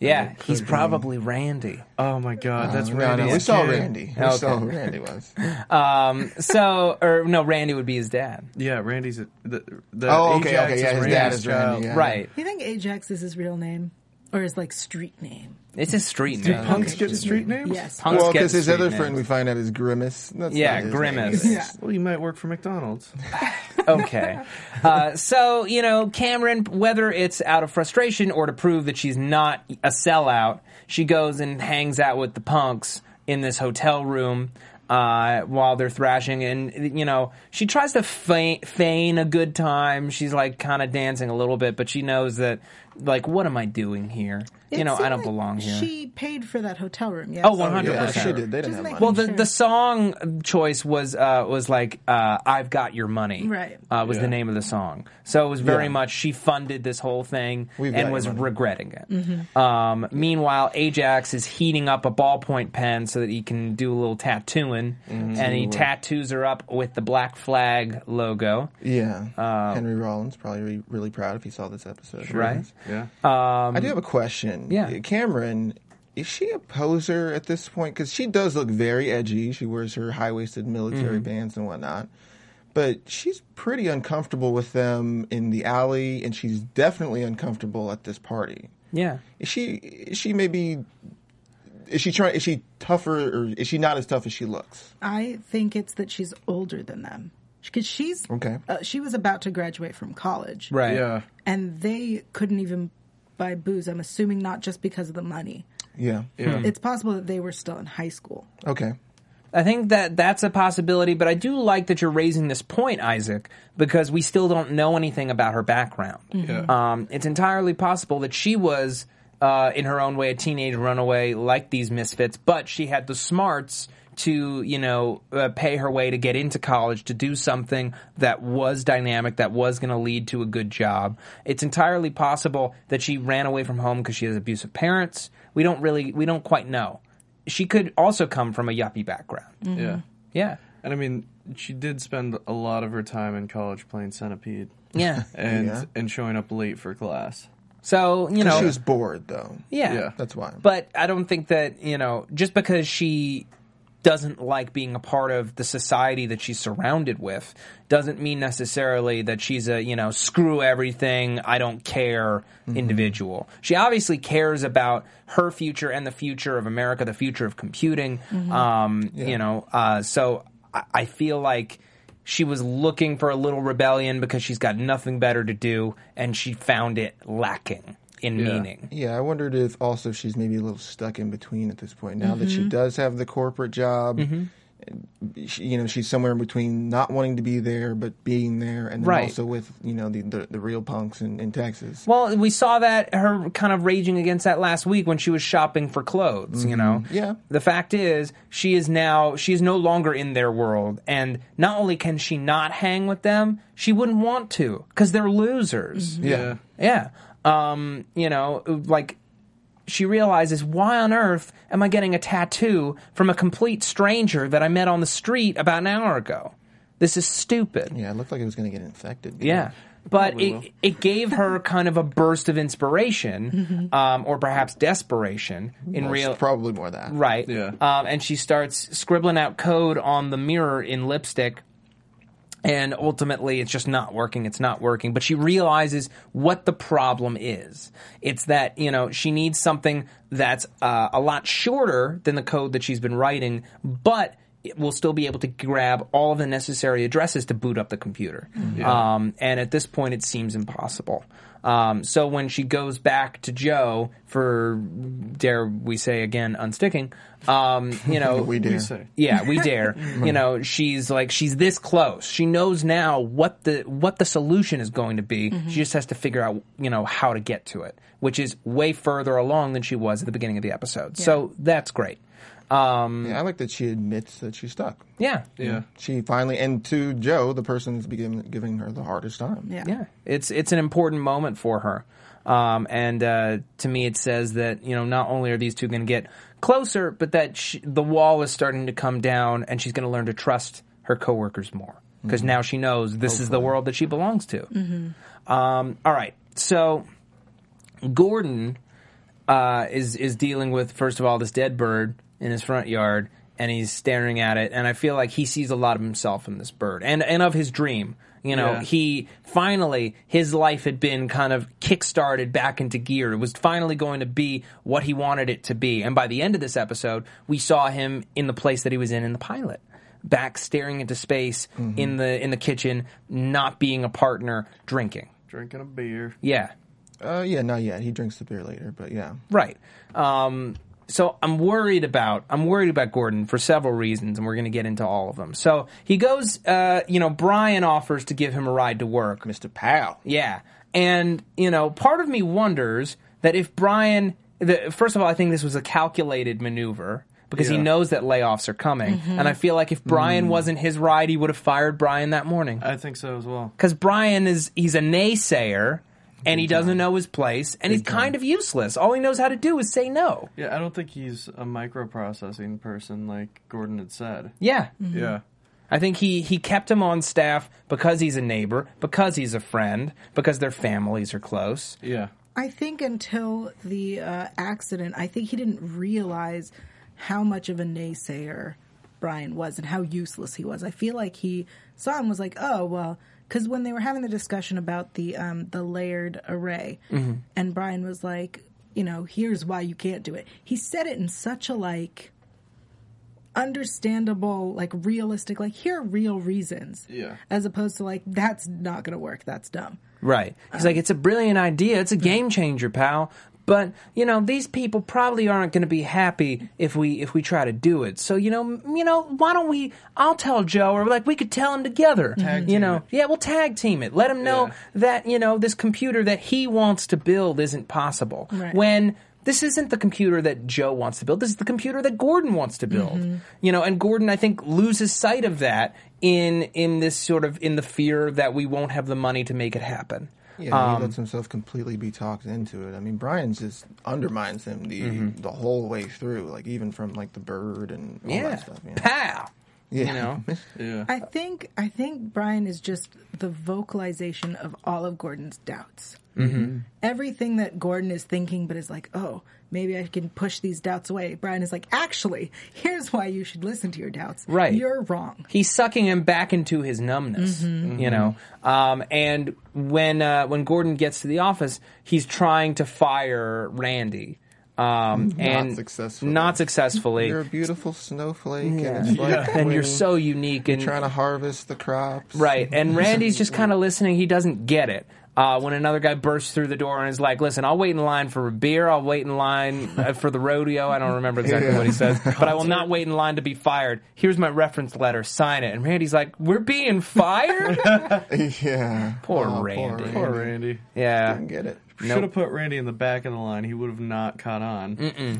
Speaker 5: yeah. He's probably Randy.
Speaker 7: oh my god, that's
Speaker 3: No,
Speaker 7: Randy's
Speaker 3: no, we saw
Speaker 7: kid.
Speaker 3: Randy. We
Speaker 5: Okay.
Speaker 3: saw who Randy was.
Speaker 5: Um. So, or no, Randy would be his dad.
Speaker 7: Yeah, Randy's a, the, the
Speaker 3: Oh, okay,
Speaker 7: Ajax
Speaker 3: okay, yeah, his
Speaker 7: is Randy's
Speaker 3: dad is
Speaker 7: child.
Speaker 3: Randy. Yeah.
Speaker 5: Right.
Speaker 6: You think Ajax is his real name or his like street name?
Speaker 5: It's his street
Speaker 7: Do
Speaker 5: name.
Speaker 7: punks get street names?
Speaker 6: Yes.
Speaker 5: Punks
Speaker 3: Well,
Speaker 5: get
Speaker 3: because his
Speaker 5: street
Speaker 3: other
Speaker 5: names.
Speaker 3: friend we find out is Grimace. That's
Speaker 5: Yeah,
Speaker 3: not his
Speaker 5: Grimace.
Speaker 3: name.
Speaker 6: Yeah.
Speaker 7: Well, you might work for McDonald's.
Speaker 5: okay. Uh, so, you know, Cameron, whether it's out of frustration or to prove that she's not a sellout, she goes and hangs out with the punks in this hotel room uh, while they're thrashing. And, you know, she tries to feign, feign a good time. She's like kind of dancing a little bit, but she knows that, like, what am I doing here? you
Speaker 6: It
Speaker 5: know, I
Speaker 6: seemed
Speaker 5: don't
Speaker 6: like
Speaker 5: belong here.
Speaker 6: She paid for that hotel room. Yes?
Speaker 5: Oh, 100%.
Speaker 3: Yeah,
Speaker 5: Okay.
Speaker 3: she did. They didn't
Speaker 6: Just
Speaker 3: have
Speaker 6: make-
Speaker 3: money.
Speaker 5: Well, the,
Speaker 6: Sure.
Speaker 5: the song choice was uh, was like uh, "I've Got Your Money,"
Speaker 6: Right.
Speaker 5: Uh, was the
Speaker 7: Yeah.
Speaker 5: name of the song, so it was very
Speaker 3: Yeah.
Speaker 5: much she funded this whole thing
Speaker 3: We've got
Speaker 5: and
Speaker 3: your
Speaker 5: was
Speaker 3: money.
Speaker 5: regretting it.
Speaker 6: Mm-hmm.
Speaker 5: Um, meanwhile, Ajax is heating up a ballpoint pen so that he can do a little tattooing,
Speaker 3: Mm-hmm.
Speaker 5: and he tattoos her up with the black flag logo,
Speaker 3: yeah. Henry Rollins probably re- really proud if he saw this episode.
Speaker 5: right?
Speaker 7: Yeah.
Speaker 3: I do have a question.
Speaker 5: Mm-hmm. yeah.
Speaker 3: Cameron, is she a poser at this point? Because she does look very edgy. She wears her high waisted military
Speaker 5: Mm-hmm.
Speaker 3: bands and whatnot. But she's pretty uncomfortable with them in the alley, and she's definitely uncomfortable at this party.
Speaker 5: Yeah.
Speaker 3: Is she? Is she maybe? Is she trying? Is she tougher, or is she not as tough as she looks?
Speaker 6: I think it's that she's older than them because she's
Speaker 3: Okay.
Speaker 6: Uh, she was about to graduate from college,
Speaker 5: Right.
Speaker 7: yeah.
Speaker 6: And they couldn't even buy booze. I'm assuming not just because of the money.
Speaker 3: Yeah.
Speaker 5: Hmm.
Speaker 6: It's possible that they were still in high school.
Speaker 3: Okay.
Speaker 5: I think that that's a possibility, but I do like that you're raising this point, Isaac, because we still don't know anything about her background. Um, it's entirely possible that she was, uh, in her own way, a teenage runaway like these misfits, but she had the smarts to you know uh, pay her way to get into college to do something that was dynamic that was going to lead to a good job. It's entirely possible that she ran away from home because she has abusive parents. We don't really we don't quite know. She could also come from a yuppie background.
Speaker 7: Yeah.
Speaker 5: Yeah.
Speaker 7: And I mean, she did spend a lot of her time in college playing Centipede
Speaker 5: Yeah.
Speaker 7: and
Speaker 3: Yeah.
Speaker 7: and showing up late for class.
Speaker 5: So, you know,
Speaker 3: She was bored though.
Speaker 5: yeah.
Speaker 7: Yeah.
Speaker 3: That's why.
Speaker 5: But I don't think that, you know, just because she doesn't like being a part of the society that she's surrounded with doesn't mean necessarily that she's a, you know, screw everything, I don't care individual. She obviously cares about her future and the future of America, the future of computing. Um, you know, uh, so I, I feel like she was looking for a little rebellion because she's got nothing better to do and she found it lacking in meaning.
Speaker 3: Yeah, I wondered if also she's maybe a little stuck in between at this point. Now that
Speaker 5: Mm-hmm.
Speaker 3: she does have the corporate job, she, you know, she's somewhere in between not wanting to be there but being there, and then
Speaker 5: Right.
Speaker 3: also with you know the the, the real punks in, in Texas.
Speaker 5: Well, we saw that her kind of raging against that last week when she was shopping for clothes, you know.
Speaker 3: Mm-hmm. Yeah.
Speaker 5: The fact is, she is now she is no longer in their world and not only can she not hang with them, she wouldn't want to cuz they're losers.
Speaker 7: Yeah.
Speaker 3: Mm-hmm.
Speaker 5: Yeah. Um, you know, like she realizes why on earth am I getting a tattoo from a complete stranger that I met on the street about an hour ago? This is stupid.
Speaker 3: Yeah, it looked like it was going to get infected.
Speaker 5: Yeah. But it, it gave her kind of a burst of inspiration, um, or perhaps desperation in
Speaker 3: Well, it's
Speaker 5: real
Speaker 3: probably more that.
Speaker 5: right.
Speaker 7: Yeah.
Speaker 5: Um, and she starts scribbling out code on the mirror in lipstick, and ultimately it's just not working. It's not working. But she realizes what the problem is. It's that you know she needs something that's uh, a lot shorter than the code that she's been writing, but it will still be able to grab all of the necessary addresses to boot up the computer. Um, and at this point, it seems impossible. Um, so when she goes back to Joe for, dare we say again, unsticking, um, you know,
Speaker 3: We do.
Speaker 7: Say.
Speaker 5: yeah, we dare. you know, she's like she's this close. She knows now what the what the solution is going to be. She just has to figure out, you know, how to get to it, which is way further along than she was at the beginning of the episode. So that's great.
Speaker 3: Yeah, I like that she admits that she's stuck.
Speaker 5: Yeah.
Speaker 7: Yeah.
Speaker 3: She finally, and to Joe, the person that's giving, giving her the hardest time.
Speaker 6: Yeah.
Speaker 5: Yeah. It's it's an important moment for her. Um, and uh, to me, it says that you know not only are these two going to get closer, but that sh the wall is starting to come down, and she's going to learn to trust her coworkers more because now she knows this is the world that she belongs to. Um, all right, so Gordon uh, is is dealing with first of all this dead bird in his front yard, and he's staring at it, and I feel like he sees a lot of himself in this bird, and and of his dream. You know,
Speaker 7: Yeah.
Speaker 5: he finally his life had been kind of kickstarted back into gear. It was finally going to be what he wanted it to be, and by the end of this episode, we saw him in the place that he was in in the pilot. Back staring into space in the in the kitchen, not being a partner, drinking.
Speaker 7: Drinking a beer.
Speaker 5: Yeah,
Speaker 3: Uh, yeah, not yet. He drinks the beer later, but yeah.
Speaker 5: Right. Um, so I'm worried about I'm worried about Gordon for several reasons, and we're going to get into all of them. So he goes, uh, you know, Brian offers to give him a ride to work.
Speaker 3: Mr. Pow.
Speaker 5: Yeah, and you know, part of me wonders that if Brian, the, first of all, I think this was a calculated maneuver. Because he
Speaker 7: Yeah.
Speaker 5: knows that layoffs are coming, and I feel like if Brian wasn't his ride, he would have fired Brian that morning
Speaker 7: I think so as well.
Speaker 5: because Brian is he's a naysayer and he doesn't know his place and he's kind of useless. All he knows how to do is say no.
Speaker 7: Yeah, I don't think he's a microprocessing person like Gordon had said.
Speaker 5: Yeah.
Speaker 7: Yeah.
Speaker 5: I think he he kept him on staff because he's a neighbor, because he's a friend, because their families are close.
Speaker 7: Yeah.
Speaker 6: I think until the uh, accident, I think he didn't realize how much of a naysayer Brian was and how useless he was. I feel like he saw him was like, oh well, because when they were having the discussion about the um, the layered array, and Brian was like, you know, here's why you can't do it. He said it in such a like understandable, like realistic, like here are real reasons,
Speaker 7: Yeah.
Speaker 6: as opposed to like that's not going to work, that's dumb.
Speaker 5: Right. He's like, it's a brilliant idea. It's a
Speaker 7: Mm-hmm.
Speaker 5: game changer, pal. But you know, these people probably aren't going to be happy if we if we try to do it. So you know, m- you know, why don't we? I'll tell Joe, or like we could tell him together. you
Speaker 7: team
Speaker 5: know,
Speaker 7: it.
Speaker 5: yeah, we'll tag team it. Let him know
Speaker 7: Yeah.
Speaker 5: that you know this computer that he wants to build isn't possible.
Speaker 6: Right.
Speaker 5: When this isn't the computer that Joe wants to build. This is the computer that Gordon wants to build.
Speaker 3: Mm-hmm.
Speaker 5: You know, and Gordon I think loses sight of that in in this sort of in the fear that we won't have the money to make it happen.
Speaker 3: Yeah,
Speaker 5: Um,
Speaker 3: he lets himself completely be talked into it. I mean, Brian's just undermines him the
Speaker 5: Mm-hmm.
Speaker 3: the whole way through, like even from like the bird and all
Speaker 5: yeah.
Speaker 3: that stuff. You know?
Speaker 5: Pow.
Speaker 3: yeah,
Speaker 5: You know.
Speaker 7: Yeah.
Speaker 6: I think I think Brian is just the vocalization of all of Gordon's doubts. Mm-hmm. Everything that Gordon is thinking, but is like, oh, maybe I can push these doubts away. Brian is like, actually, here's why you should listen to your doubts.
Speaker 5: Right.
Speaker 6: you're wrong.
Speaker 5: he's sucking him back into his numbness,
Speaker 3: Mm-hmm.
Speaker 5: you know. Um, and when uh, when Gordon gets to the office, he's trying to fire Randy, um, and
Speaker 3: successfully.
Speaker 5: Not successfully.
Speaker 3: You're a beautiful snowflake,
Speaker 5: Yeah.
Speaker 3: and it's like
Speaker 5: and you're
Speaker 3: when
Speaker 5: so unique and
Speaker 3: trying to harvest the crops,
Speaker 5: right. And Randy's just kind of listening. He doesn't get it. Uh, when another guy bursts through the door and is like, "Listen, I'll wait in line for a beer. I'll wait in line uh, for the rodeo. I don't remember exactly what he says, but I will not wait in line to be fired. Here's my reference letter. Sign it." And Randy's like, "We're being fired."
Speaker 3: yeah.
Speaker 5: Poor
Speaker 3: Oh,
Speaker 5: Randy.
Speaker 7: Poor Randy.
Speaker 5: Yeah.
Speaker 3: Didn't get it.
Speaker 7: Should have put Randy in the back of the line. He would have not caught on.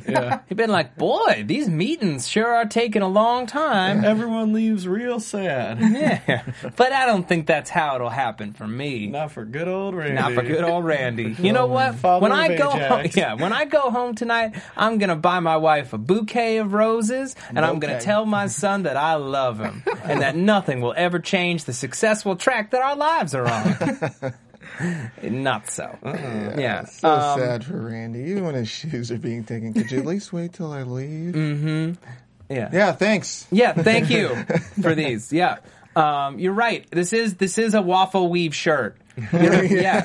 Speaker 7: Yeah.
Speaker 5: He'd been like, boy, these meetings sure are taking a long time.
Speaker 7: Everyone leaves real sad.
Speaker 5: Yeah. But I don't think that's how it'll happen for me.
Speaker 7: Not for good old Randy.
Speaker 5: Not for good old Randy. You know what?
Speaker 7: Father
Speaker 5: when
Speaker 7: of
Speaker 5: I go home,
Speaker 7: Ajax.
Speaker 5: yeah, when I go home tonight, I'm gonna buy my wife a bouquet of roses, and I'm gonna
Speaker 3: Okay.
Speaker 5: tell my son that I love him and that nothing will ever change the successful track that our lives are on. Not so. Yeah.
Speaker 3: So sad for Randy. Even when his shoes are being taken, could you at least wait till I leave?
Speaker 5: Mm-hmm. Yeah.
Speaker 3: Yeah, thanks.
Speaker 5: Yeah, thank you for these. Yeah. Um, you're right. This is this is a waffle weave shirt. You're- yeah.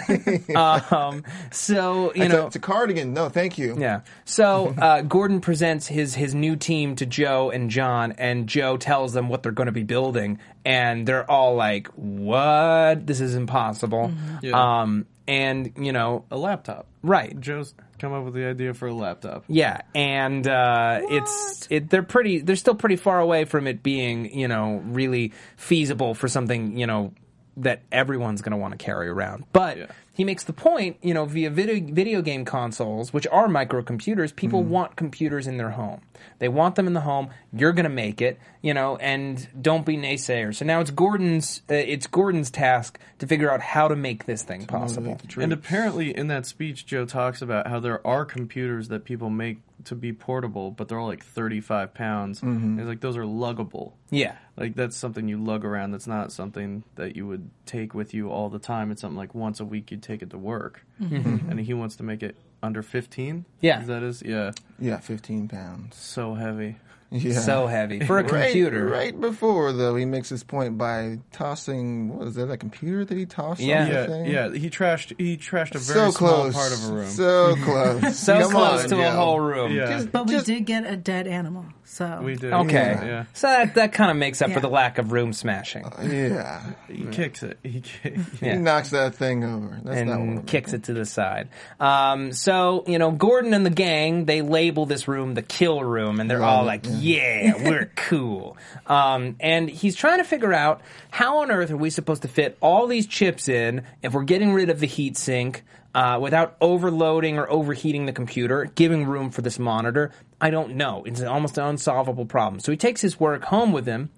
Speaker 5: Um, so you
Speaker 3: It's, a,
Speaker 5: know.
Speaker 3: it's a cardigan. No, thank you.
Speaker 5: Yeah. So uh, Gordon presents his his new team to Joe and John, and Joe tells them what they're going to be building, and they're all like, "What? This is impossible."
Speaker 7: Yeah.
Speaker 5: Um, and you know,
Speaker 7: A laptop.
Speaker 5: right?
Speaker 7: Joe's come up with the idea for a laptop.
Speaker 5: Yeah, and uh, it's it, they're pretty they're still pretty far away from it being you know really feasible for something you know that everyone's going to want to carry around. But
Speaker 7: Yeah.
Speaker 5: he makes the point you know via video video game consoles, which are microcomputers. People want computers in their home. They want them in the home. You're going to make it, you know, and don't be naysayers. So now it's Gordon's uh, it's Gordon's task to figure out how to make this thing possible.
Speaker 7: And apparently, in that speech, Joe talks about how there are computers that people make to be portable, but they're all like 35 pounds. It's like those are luggable.
Speaker 5: Yeah.
Speaker 7: Like that's something you lug around. That's not something that you would take with you all the time. It's something like once a week you'd take it to work. And he wants to make it under 15.
Speaker 5: Mm-hmm. Yeah.
Speaker 7: Is that is yeah,
Speaker 3: Yeah, 15 pounds.
Speaker 7: so heavy.
Speaker 3: Yeah.
Speaker 5: So heavy for a computer.
Speaker 3: Right, right before, though, he makes his point by tossing, what is that, a computer that he tossed? on
Speaker 5: Yeah.
Speaker 3: the
Speaker 7: Yeah,
Speaker 3: thing?
Speaker 7: yeah. He trashed. He trashed a very
Speaker 3: So close.
Speaker 7: small part of a room.
Speaker 3: So close.
Speaker 5: So
Speaker 3: Come
Speaker 5: close
Speaker 3: on,
Speaker 5: to a
Speaker 3: yo.
Speaker 5: whole room.
Speaker 7: yeah,
Speaker 6: But we did get a dead animal, so
Speaker 7: we did.
Speaker 5: Okay.
Speaker 7: yeah.
Speaker 5: So that, that kind of makes up for
Speaker 6: Yeah.
Speaker 5: the lack of room smashing.
Speaker 3: Yeah.
Speaker 7: He kicks it. He kicks.
Speaker 5: Yeah.
Speaker 3: He knocks that thing over. That's not
Speaker 5: and
Speaker 3: one.
Speaker 5: kicks it to the side. Um, so, you know, Gordon and the gang, they label this room the kill room, and they're all
Speaker 3: it,
Speaker 5: like, yeah, we're cool. Um, and he's trying to figure out how on earth are we supposed to fit all these chips in if we're getting rid of the heat sink uh, without overloading or overheating the computer, giving room for this monitor. I don't know. It's an almost an unsolvable problem. So he takes his work home with him,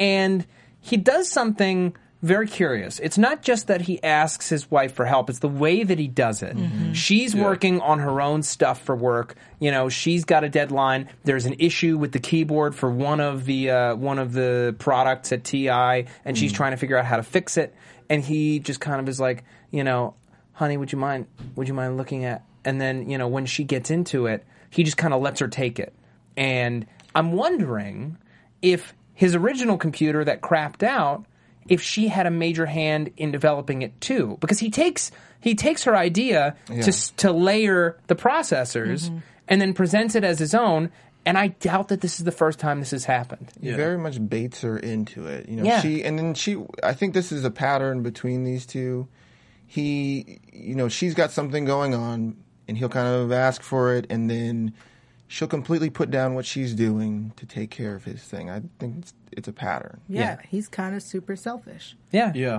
Speaker 5: and he does something very curious. It's not just that he asks his wife for help, it's the way that he does it. She's working on her own stuff for work. You know, she's got a deadline. There's an issue with the keyboard for one of the uh, one of the products at TI and she's trying to figure out how to fix it and he just kind of is like, you know, honey, would you mind would you mind looking at and then, you know, when she gets into it, he just kind of lets her take it. And I'm wondering if his original computer that crapped out if she had a major hand in developing it too because he takes he takes her idea to s to layer the processors and then presents it as his own and i doubt that this is the first time this has happened
Speaker 3: He very much baits her into it. You know,
Speaker 5: Yeah.
Speaker 3: she and then she. I think this is a pattern between these two. He, you know, she's got something going on, and he'll kind of ask for it, and then she'll completely put down what she's doing to take care of his thing. I think it's, it's a pattern.
Speaker 6: yeah, he's kind of super selfish.
Speaker 5: yeah
Speaker 7: Yeah.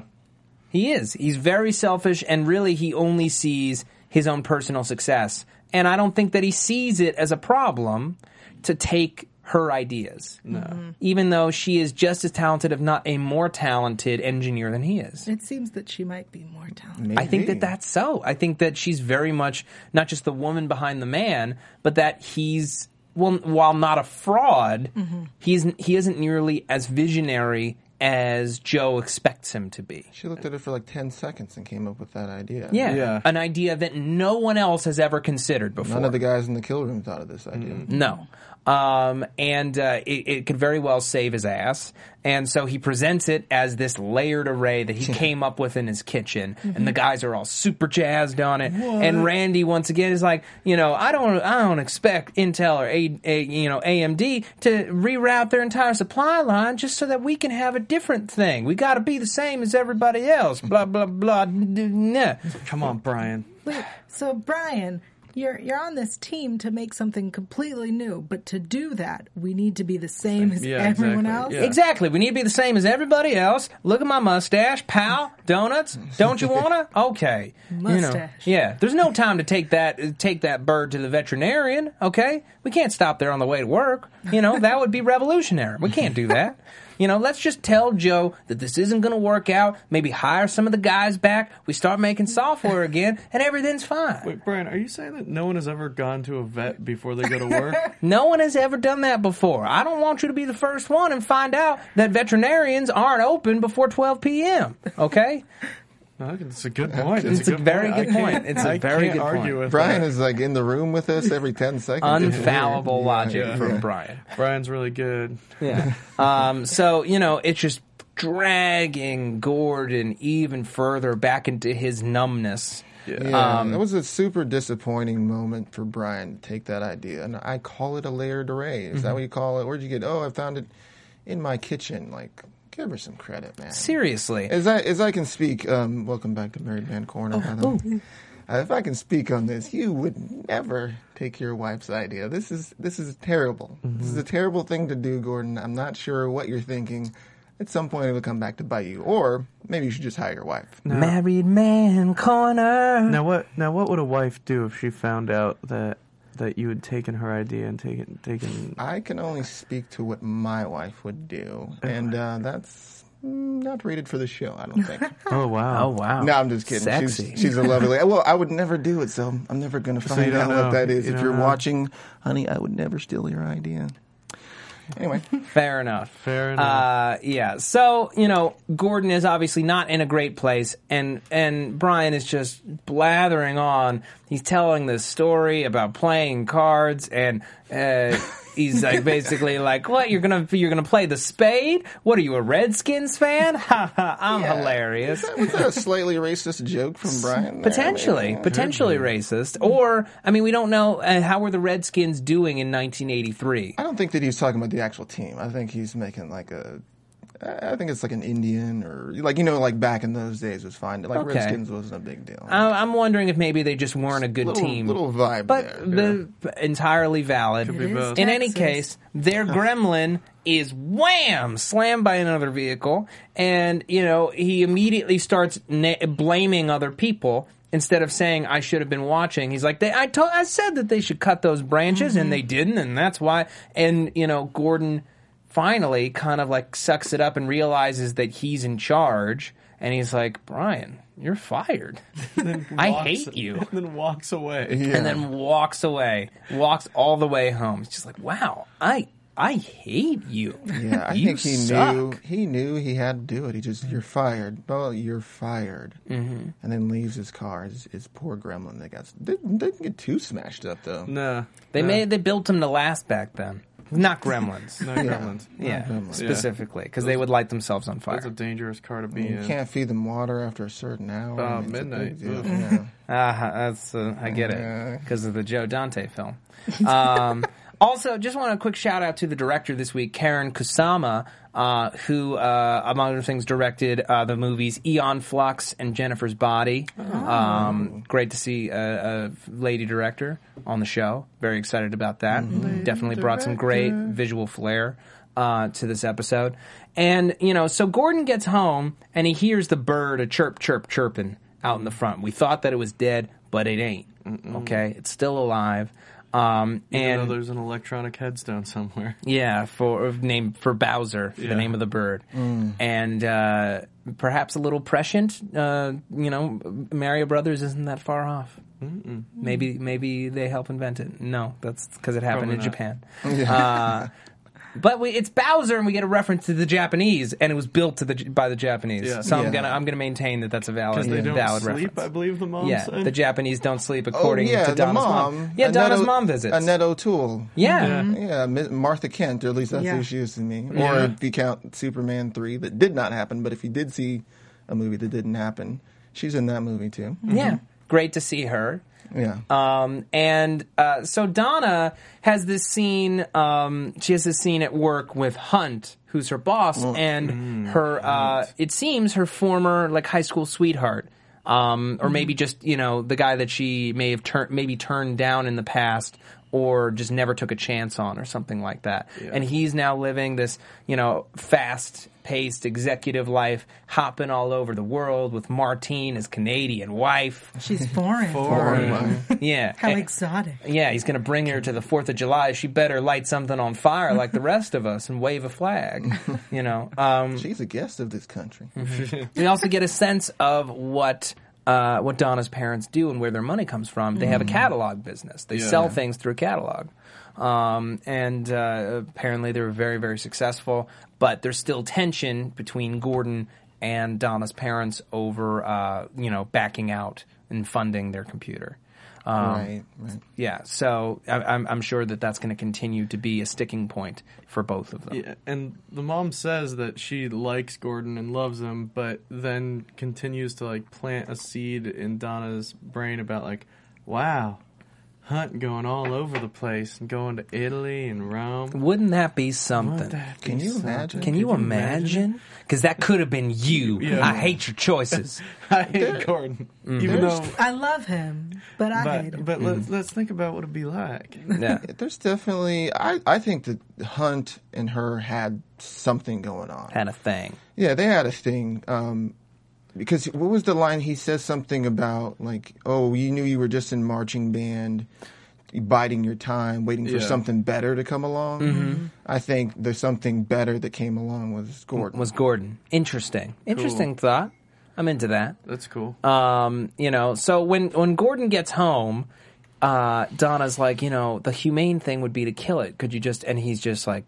Speaker 5: he is he's very selfish and really he only sees his own personal success. And I don't think that he sees it as a problem to take her ideas. No. Even though she is just as talented, if not a more talented engineer than he is.
Speaker 6: It seems that she might be more talented.
Speaker 5: I think that that's so. I think that she's very much not just the woman behind the man, but that he's well, while not a fraud, he's he isn't nearly as visionary as Joe expects him to be.
Speaker 3: She looked at it for like ten seconds and came up with that idea.
Speaker 5: Yeah,
Speaker 7: Yeah.
Speaker 5: an idea that no one else has ever considered before.
Speaker 3: None of the guys in the kill room thought of this idea.
Speaker 5: No. Um, and uh, it, it could very well save his ass. And so he presents it as this layered array that he came up with in his kitchen.
Speaker 3: Mm-hmm.
Speaker 5: And the guys are all super jazzed on it. And Randy once again is like, you know, I don't, I don't expect Intel or a, a, you know AMD to reroute their entire supply line just so that we can have a different thing. We got to be the same as everybody else. Blah blah blah. Nah.
Speaker 7: Come on, Brian.
Speaker 6: Wait, so Brian, you're you're on this team to make something completely new, but to do that, we need to be the same as
Speaker 7: Yeah,
Speaker 6: everyone
Speaker 7: exactly.
Speaker 6: else.
Speaker 7: Yeah.
Speaker 5: Exactly. We need to be the same as everybody else. Look at my mustache, pal. Donuts. Don't you wanna? Okay.
Speaker 6: Mustache.
Speaker 5: You know, yeah. There's no time to take that uh, take that bird to the veterinarian. Okay. We can't stop there on the way to work. You know that would be revolutionary. We can't do that. You know, let's just tell Joe that this isn't going to work out. Maybe hire some of the guys back. We start making software again, and everything's fine.
Speaker 7: Wait, Brian, are you saying that no one has ever gone to a vet before they go to work?
Speaker 5: No one has ever done that before. I don't want you to be the first one and find out that veterinarians aren't open before 12 p.m. Okay?
Speaker 7: No, I think it's a good point.
Speaker 5: It's a
Speaker 7: good
Speaker 5: very
Speaker 7: point. I
Speaker 5: good point.
Speaker 7: can't-
Speaker 5: It's a
Speaker 7: I
Speaker 5: very
Speaker 7: can't
Speaker 5: good
Speaker 7: argue
Speaker 5: point.
Speaker 7: With
Speaker 3: Brian
Speaker 7: that.
Speaker 3: is like in the room with us every ten seconds. It's
Speaker 5: Unfallible
Speaker 3: weird.
Speaker 5: logic
Speaker 3: Yeah.
Speaker 5: from
Speaker 3: Yeah.
Speaker 5: Brian.
Speaker 7: Brian's really good.
Speaker 5: Yeah. um, so, you know, it's just dragging Gordon even further back into his numbness.
Speaker 3: Yeah, that was a super disappointing moment for Brian to take that idea, and I call it a layered array. Is that what you call it? Where'd you get? Oh, I found it in my kitchen. Like, give her some credit, man.
Speaker 5: Seriously.
Speaker 3: As I as I can speak, um, welcome back to Married Man Corner. by the way. Uh, if I can speak on this, you would never take your wife's idea. This is this is terrible. This is a terrible thing to do, Gordon. I'm not sure what you're thinking. At some point, it'll come back to bite you, or maybe you should just hire your wife.
Speaker 5: Married man corner.
Speaker 7: Now what? Now what would a wife do if she found out that that you had taken her idea and taken taken?
Speaker 3: I can only speak to what my wife would do, and uh, that's mm, not rated for the show. I don't think.
Speaker 7: Oh wow!
Speaker 5: Oh, wow.
Speaker 3: No, I'm just kidding.
Speaker 5: Sexy.
Speaker 3: She's, she's a lovely lady. Well, I would never do it, so I'm never going to find
Speaker 7: don't
Speaker 3: out
Speaker 7: know.
Speaker 3: what that is.
Speaker 7: You
Speaker 3: if
Speaker 7: don't
Speaker 3: you're
Speaker 7: know.
Speaker 3: watching, honey, I would never steal your idea. Anyway,
Speaker 5: Fair enough.
Speaker 7: Fair enough.
Speaker 5: Uh, yeah. So you know, Gordon is obviously not in a great place, and and Brian is just blathering on. He's telling this story about playing cards, and uh, he's like basically like, "What you're gonna you're gonna play the spade? What are you a Redskins fan? Ha ha! I'm hilarious."
Speaker 3: was that a slightly racist joke from Brian? there?
Speaker 5: Potentially,
Speaker 3: Yeah.
Speaker 5: potentially racist, or I mean, we don't know uh, how were the Redskins doing in 1983.
Speaker 3: I don't think that he was talking about the actual team. I think he's making like a. I I think it's like an Indian or like you know like back in those days was fine. Like
Speaker 5: Okay.
Speaker 3: Redskins wasn't a big deal.
Speaker 5: I- I'm wondering if maybe they just weren't a good
Speaker 3: little,
Speaker 5: team.
Speaker 3: little vibe
Speaker 5: but
Speaker 3: there.
Speaker 5: the entirely valid.
Speaker 7: be It is both.
Speaker 5: In any
Speaker 6: Texas.
Speaker 5: case, their gremlin is wham slammed by another vehicle, and you know he immediately starts na- blaming other people instead of saying I should have been watching. He's like, they, I told, I said that they should cut those branches,
Speaker 7: Mm-hmm.
Speaker 5: and they didn't, and that's why. And you know Gordon finally kind of like sucks it up and realizes that he's in charge, and he's like, Brian, you're fired. I hate you
Speaker 7: And then walks away.
Speaker 5: and then walks away, walks all the way home. It's just like, wow, I I hate you.
Speaker 3: Yeah, I
Speaker 5: you
Speaker 3: think he
Speaker 5: suck.
Speaker 3: knew he knew he had to do it. He just you're fired. Oh, you're fired, mm-hmm. and then leaves his car. His, his poor gremlin that got didn't, didn't get too smashed up though.
Speaker 7: Nah.
Speaker 5: They
Speaker 7: nah.
Speaker 5: made they built him to last back then, not gremlins.
Speaker 7: No gremlins.
Speaker 5: yeah,
Speaker 3: gremlins.
Speaker 5: specifically because they would light themselves on fire.
Speaker 7: That's a dangerous car to be
Speaker 3: You
Speaker 7: in.
Speaker 3: can't feed them water after a certain hour.
Speaker 7: Uh,
Speaker 3: it's a big
Speaker 7: midnight.
Speaker 3: deal.
Speaker 7: Ugh.
Speaker 3: Yeah.
Speaker 5: Ah, that's uh, I get it
Speaker 3: Yeah.
Speaker 5: because of the Joe Dante film. Um, also, just want a quick shout out to the director this week, Karen Kusama, uh, who, uh, among other things, directed uh, the movies Eon Flux and Jennifer's Body. Um, great to see a, a lady director on the show. Very excited about that. Definitely brought some great visual flair uh, to this episode. And, you know, so Gordon gets home and he hears the bird a chirp, chirp, chirping out in the front. We thought that it was dead, but it ain't. Okay, it's still alive. Um,
Speaker 7: Even though
Speaker 5: and
Speaker 7: there's an electronic headstone somewhere.
Speaker 5: yeah, for name for Bowser, for the
Speaker 7: Yeah.
Speaker 5: name of the bird, and uh, perhaps a little prescient. Uh, you know, Mario Brothers isn't that far off. Maybe maybe they help invent it. No, that's because it happened
Speaker 7: Probably
Speaker 5: in
Speaker 7: not.
Speaker 5: Japan. Uh, but we, it's Bowser, and we get a reference to the Japanese, and it was built to the J- by the Japanese.
Speaker 7: Yeah.
Speaker 5: So I'm
Speaker 3: Yeah.
Speaker 5: gonna I'm gonna maintain that that's a valid
Speaker 7: Because they don't
Speaker 5: valid
Speaker 7: sleep,
Speaker 5: reference.
Speaker 7: I believe the mom
Speaker 5: yeah,
Speaker 7: said.
Speaker 5: the Japanese don't sleep according
Speaker 3: oh, yeah,
Speaker 5: to
Speaker 3: the
Speaker 5: Donna's
Speaker 3: mom.
Speaker 5: Yeah,
Speaker 3: Annette
Speaker 5: Donna's
Speaker 3: O-
Speaker 5: mom visits.
Speaker 3: Annette O'Toole.
Speaker 5: yeah.
Speaker 3: Yeah, Mi- Martha Kent, or at least that's
Speaker 6: Yeah.
Speaker 3: who she is to me. Or
Speaker 7: Yeah.
Speaker 3: if you count Superman 3, that did not happen, but if you did see a movie that didn't happen, she's in that movie too.
Speaker 5: Yeah. Great to see her.
Speaker 3: Yeah.
Speaker 5: Um, and uh, so Donna has this scene. Um, she has this scene at work with Hunt, who's her boss, and her. Uh, it seems her former like high school sweetheart, um, or maybe just you know the guy that she may have turned maybe turned down in the past. Or just never took a chance on, or something like that. And he's now living this, you know, fast-paced executive life, hopping all over the world with Martine, his Canadian wife.
Speaker 6: She's foreign.
Speaker 5: Yeah,
Speaker 6: How
Speaker 5: And-
Speaker 6: exotic.
Speaker 5: yeah, he's going to bring her to the 4th of July. She better light something on fire like the rest of us and wave a flag. You know, um,
Speaker 3: she's a guest of this country.
Speaker 5: we also get a sense of what. Uh, what Donna's parents do and where their money comes from. They have a catalog business. They
Speaker 7: Yeah.
Speaker 5: sell
Speaker 7: Yeah.
Speaker 5: things through a catalog. Um, and uh, apparently they were very, very successful, but there's still tension between Gordon and Donna's parents over, uh, you know, backing out and funding their computer. Um,
Speaker 3: right, right.
Speaker 5: yeah, so I, I'm, I'm sure that that's going to continue to be a sticking point for both of them.
Speaker 7: Yeah, and the mom says that she likes Gordon and loves him, but then continues to like plant a seed in Donna's brain about like, wow, Hunt going all over the place and going to Italy and Rome.
Speaker 5: Wouldn't that be something?
Speaker 3: Can you imagine?
Speaker 5: Can you imagine? Because that could have been you. I hate your choices.
Speaker 7: I hate Gordon,
Speaker 3: Mm-hmm.
Speaker 7: even though.
Speaker 6: I love him, but I hate
Speaker 7: But,
Speaker 6: him.
Speaker 7: but let's, let's think about what it'd be like.
Speaker 5: yeah.
Speaker 3: There's definitely, I, I think that Hunt and her had something going on.
Speaker 5: Kind of thing.
Speaker 3: Yeah, they had a thing. Um, because what was the line he says something about like, oh, you knew you were just in marching band, biding your time, waiting for
Speaker 7: Yeah. Mm-hmm.
Speaker 3: something better to come along. I think there's something better that came along with Gordon.
Speaker 5: Was Gordon. Interesting. Interesting thought. I'm into that.
Speaker 7: That's cool.
Speaker 5: Um, you know, so when when Gordon gets home, uh, Donna's like, you know, the humane thing would be to kill it. Could you just? And he's just like,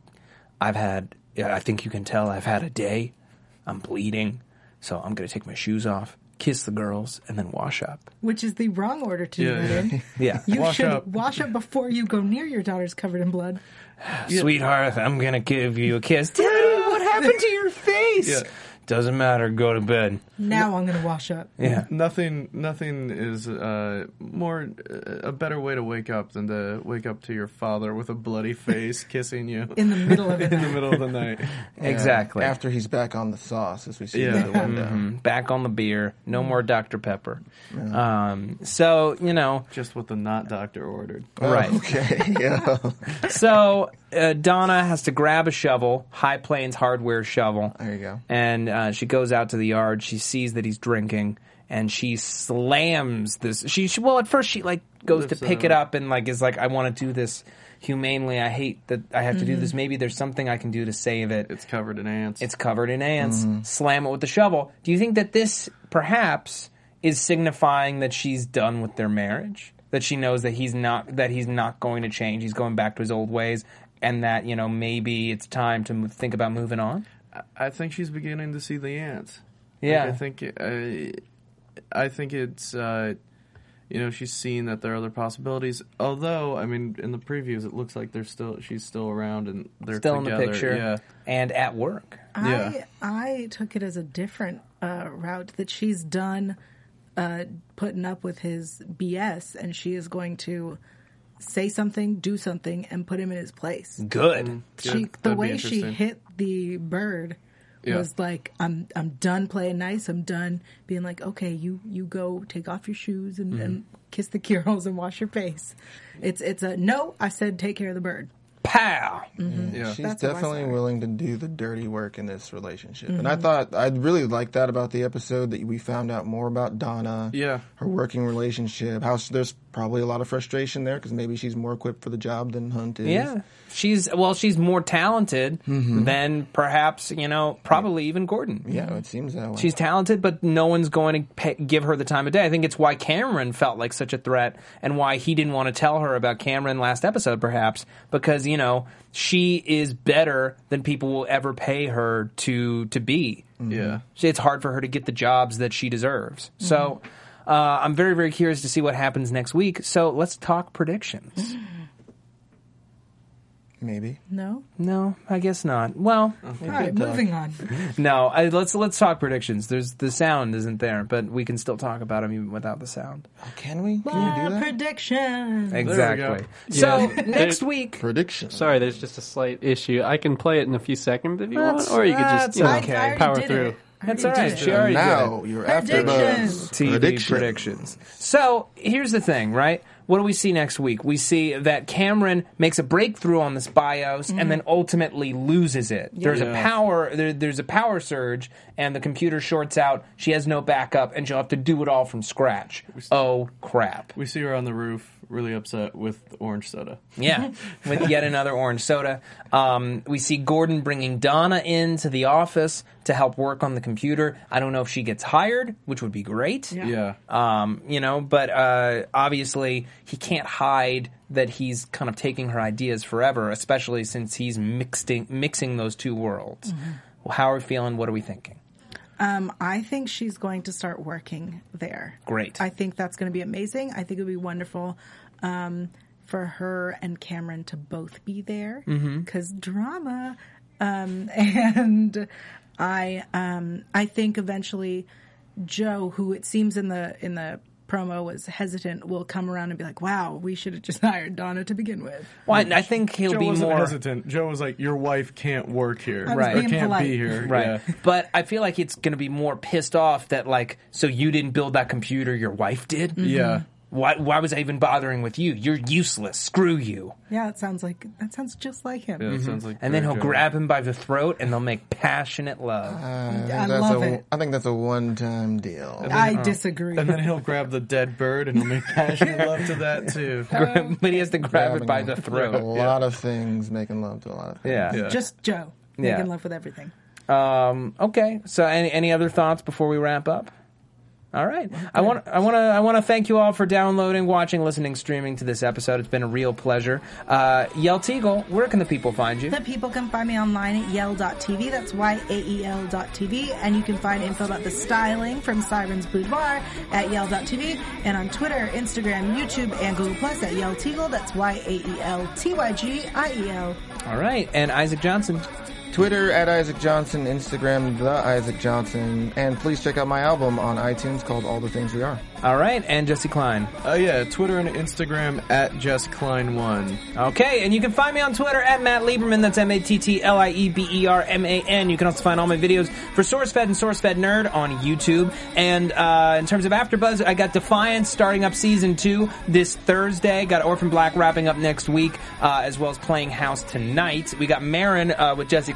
Speaker 5: I've had. Yeah, I think you can tell I've had a day. I'm bleeding, so I'm gonna take my shoes off, kiss the girls, and then wash up.
Speaker 6: Which is the wrong order to
Speaker 7: Yeah,
Speaker 6: do it in.
Speaker 5: Yeah,
Speaker 6: You
Speaker 7: Wash
Speaker 6: should
Speaker 7: up.
Speaker 6: wash up before you go near your daughter's covered in blood.
Speaker 5: sweetheart, I'm gonna give you a kiss. Daddy, what happened to your face?
Speaker 7: Yeah.
Speaker 5: Doesn't matter. Go to bed.
Speaker 6: Now I'm going to wash up.
Speaker 5: Yeah.
Speaker 7: Nothing, nothing is uh, more uh, a better way to wake up than to wake up to your father with a bloody face kissing you
Speaker 6: In the middle of it.
Speaker 7: in the middle of the night.
Speaker 5: Exactly.
Speaker 3: After he's back on the sauce, as we see
Speaker 7: Yeah. Mm-hmm.
Speaker 3: through the window.
Speaker 5: Back on the beer. No more Dr. Pepper. Um, so, you know,
Speaker 7: Just what the not doctor ordered.
Speaker 5: Oh. right.
Speaker 3: Okay. yeah.
Speaker 5: so uh, Donna has to grab a shovel, High Plains hardware shovel.
Speaker 3: There you go.
Speaker 5: And uh, she goes out to the yard. She sees that he's drinking, and she slams this. She, she well, at first she like goes to
Speaker 7: Lifts it
Speaker 5: pick it
Speaker 3: uh,
Speaker 7: up.
Speaker 5: up and like is like, I want to do this humanely. I hate that I have to
Speaker 3: Mm-hmm.
Speaker 5: do this. Maybe there's something I can do to save it.
Speaker 7: It's covered in ants.
Speaker 5: It's covered in ants.
Speaker 7: Mm-hmm.
Speaker 5: Slam it with the shovel. Do you think that this perhaps is signifying that she's done with their marriage? That she knows that he's not that he's not going to change. He's going back to his old ways, and that you know maybe it's time to move, think about moving on.
Speaker 7: I think she's beginning to see the ants. Like,
Speaker 5: Yeah.
Speaker 7: I think I, I think it's uh, you know she's seen that there are other possibilities. Although I mean, in the previews, it looks like they're still she's still around and they're
Speaker 5: Still in the
Speaker 7: together.
Speaker 5: picture
Speaker 7: Yeah,
Speaker 5: and at work.
Speaker 7: Yeah.
Speaker 6: I I took it as a different uh, route that she's done uh, putting up with his BS, and she is going to say something, do something, and put him in his place.
Speaker 5: Good.
Speaker 6: She,
Speaker 7: Yeah,
Speaker 6: the
Speaker 7: that'd be
Speaker 6: way she
Speaker 7: interesting.
Speaker 6: hit the bird
Speaker 7: Yeah.
Speaker 6: was like, "I'm I'm done playing nice. I'm done being like, okay, you you go take off your shoes
Speaker 7: Mm-hmm.
Speaker 6: and, and kiss the girls and wash your face. It's it's a no. I said take care of the bird.
Speaker 5: pow.
Speaker 7: Yeah.
Speaker 3: She's
Speaker 6: That's how I
Speaker 3: definitely
Speaker 6: saw it.
Speaker 3: willing to do the dirty work in this relationship. And
Speaker 6: Mm-hmm.
Speaker 3: I thought I'd really like that about the episode that we found out more about Donna.
Speaker 7: Yeah.
Speaker 3: Her working relationship. How s- there's probably a lot of frustration there because maybe she's more equipped for the job than Hunt is.
Speaker 5: Yeah. She's well, she's more talented
Speaker 7: Mm-hmm.
Speaker 5: than perhaps, you know, probably even Gordon.
Speaker 3: Yeah, it seems that way.
Speaker 5: She's talented, but no one's going to pay, give her the time of day. I think it's why Cameron felt like such a threat and why he didn't want to tell her about Cameron last episode, perhaps, because, you know, she is better than people will ever pay her to, to be.
Speaker 7: Yeah.
Speaker 5: She- It's hard for her to get the jobs that she deserves. So uh, I'm very, very curious to see what happens next week. So let's talk predictions.
Speaker 3: maybe.
Speaker 6: No?
Speaker 5: No, I guess not. Well,
Speaker 6: All right, moving on.
Speaker 5: no. I, let's let's talk predictions. There's the sound isn't there, but we can still talk about them even without the sound.
Speaker 3: Can we? Can you do
Speaker 6: My
Speaker 3: that?
Speaker 6: prediction.
Speaker 5: Exactly. So next week.
Speaker 3: Prediction.
Speaker 9: Sorry, there's just a slight issue. I can play it in a few seconds if you
Speaker 5: That's-
Speaker 9: want, or you could just
Speaker 5: that's
Speaker 9: you know,
Speaker 5: okay. I already
Speaker 9: power
Speaker 6: did
Speaker 9: through.
Speaker 6: it. I
Speaker 5: That's all
Speaker 6: already
Speaker 5: right.
Speaker 6: did
Speaker 5: She
Speaker 6: it.
Speaker 5: already
Speaker 3: now
Speaker 5: did it.
Speaker 3: you're after
Speaker 6: Predictions.
Speaker 3: Buzz.
Speaker 5: TV predictions. So here's the thing, right? What do we see next week? We see that Cameron makes a breakthrough on this BIOS and then ultimately loses it. There's a power there, there's a power surge and the computer shorts out. She has no backup and she'll have to do it all from scratch. Oh crap.
Speaker 7: We see her on the roof, really upset with orange soda.
Speaker 5: Yeah, with yet another orange soda. Um, we see Gordon bringing Donna into the office to help work on the computer. I don't know if she gets hired, which would be great.
Speaker 7: Yeah.
Speaker 5: Um, you know, but uh, obviously he can't hide that he's kind of taking her ideas forever, especially since he's mixing mixing those two worlds. Well, how are we feeling? What are we thinking?
Speaker 6: Um, I think she's going to start working there.
Speaker 5: Great.
Speaker 6: I think that's going to be amazing. I think it would be wonderful um, for her and Cameron to both be there
Speaker 7: Mm-hmm.
Speaker 6: because drama. Um, and I, um, I think eventually Joe, who it seems in the in the promo was hesitant, will come around and be like, "Wow, we should have just hired Donna to begin with."
Speaker 5: Well, I, I think he'll
Speaker 7: Joe
Speaker 5: be
Speaker 7: wasn't
Speaker 5: more
Speaker 7: hesitant. Joe was like, "Your wife can't work here,
Speaker 6: was
Speaker 7: Or
Speaker 6: being
Speaker 7: can't
Speaker 6: polite.
Speaker 7: be here,
Speaker 5: Right.
Speaker 7: Yeah.
Speaker 5: But I feel like it's going to be more pissed off that, like, so you didn't build that computer, your wife did?
Speaker 7: Yeah.
Speaker 5: Why, why was I even bothering with you? You're useless. Screw you.
Speaker 6: Yeah, it sounds like that sounds just like him.
Speaker 7: Yeah, that sounds like
Speaker 5: And then
Speaker 7: very
Speaker 5: he'll
Speaker 7: Joe.
Speaker 5: grab him by the throat and they'll make passionate love.
Speaker 3: Uh,
Speaker 6: I
Speaker 3: That's
Speaker 6: love
Speaker 3: a-
Speaker 6: it.
Speaker 3: I think that's a one-time deal.
Speaker 6: I disagree.
Speaker 7: Uh-huh. And then he'll grab the dead bird and he'll make passionate love to that too.
Speaker 5: but he has to grab it by the
Speaker 3: A
Speaker 5: throat.
Speaker 3: lot of things making love to a lot of things.
Speaker 5: Yeah.
Speaker 6: Just Joe.
Speaker 5: Yeah.
Speaker 6: Make in love with everything.
Speaker 5: Um, okay. So, any, any other thoughts before we wrap up? All right. I want I want to I want to thank you all for downloading, watching, listening, streaming to this episode. It's been a real pleasure. Uh, Yell Teagle, where can the people find you?
Speaker 6: The people can find me online at yell.tv. That's Y-A-E-L dot TV. And you can find info about the styling from Sirens Boudoir at yell.tv. And on Twitter, Instagram, YouTube, and Google Plus at Yell Teagle. That's E Y-A-E-L-T-Y-G-I-E-L.
Speaker 5: All right. And Isaac Johnson.
Speaker 3: Twitter at Isaac Johnson, Instagram the Isaac Johnson, and please check out my album on iTunes called All the Things We Are.
Speaker 5: All right, and Jesse Klein.
Speaker 7: Oh yeah, Twitter and Instagram at Jess Klein One.
Speaker 5: Okay, and you can find me on Twitter at Matt Lieberman. That's M A T T L I E B E R M A N. You can also find all my videos for SourceFed and SourceFed Nerd on YouTube. And uh, in terms of AfterBuzz, I got Defiance starting up season two this Thursday. Got Orphan Black wrapping up next week, uh, as well as Playing House tonight. We got Marin uh, with Jesse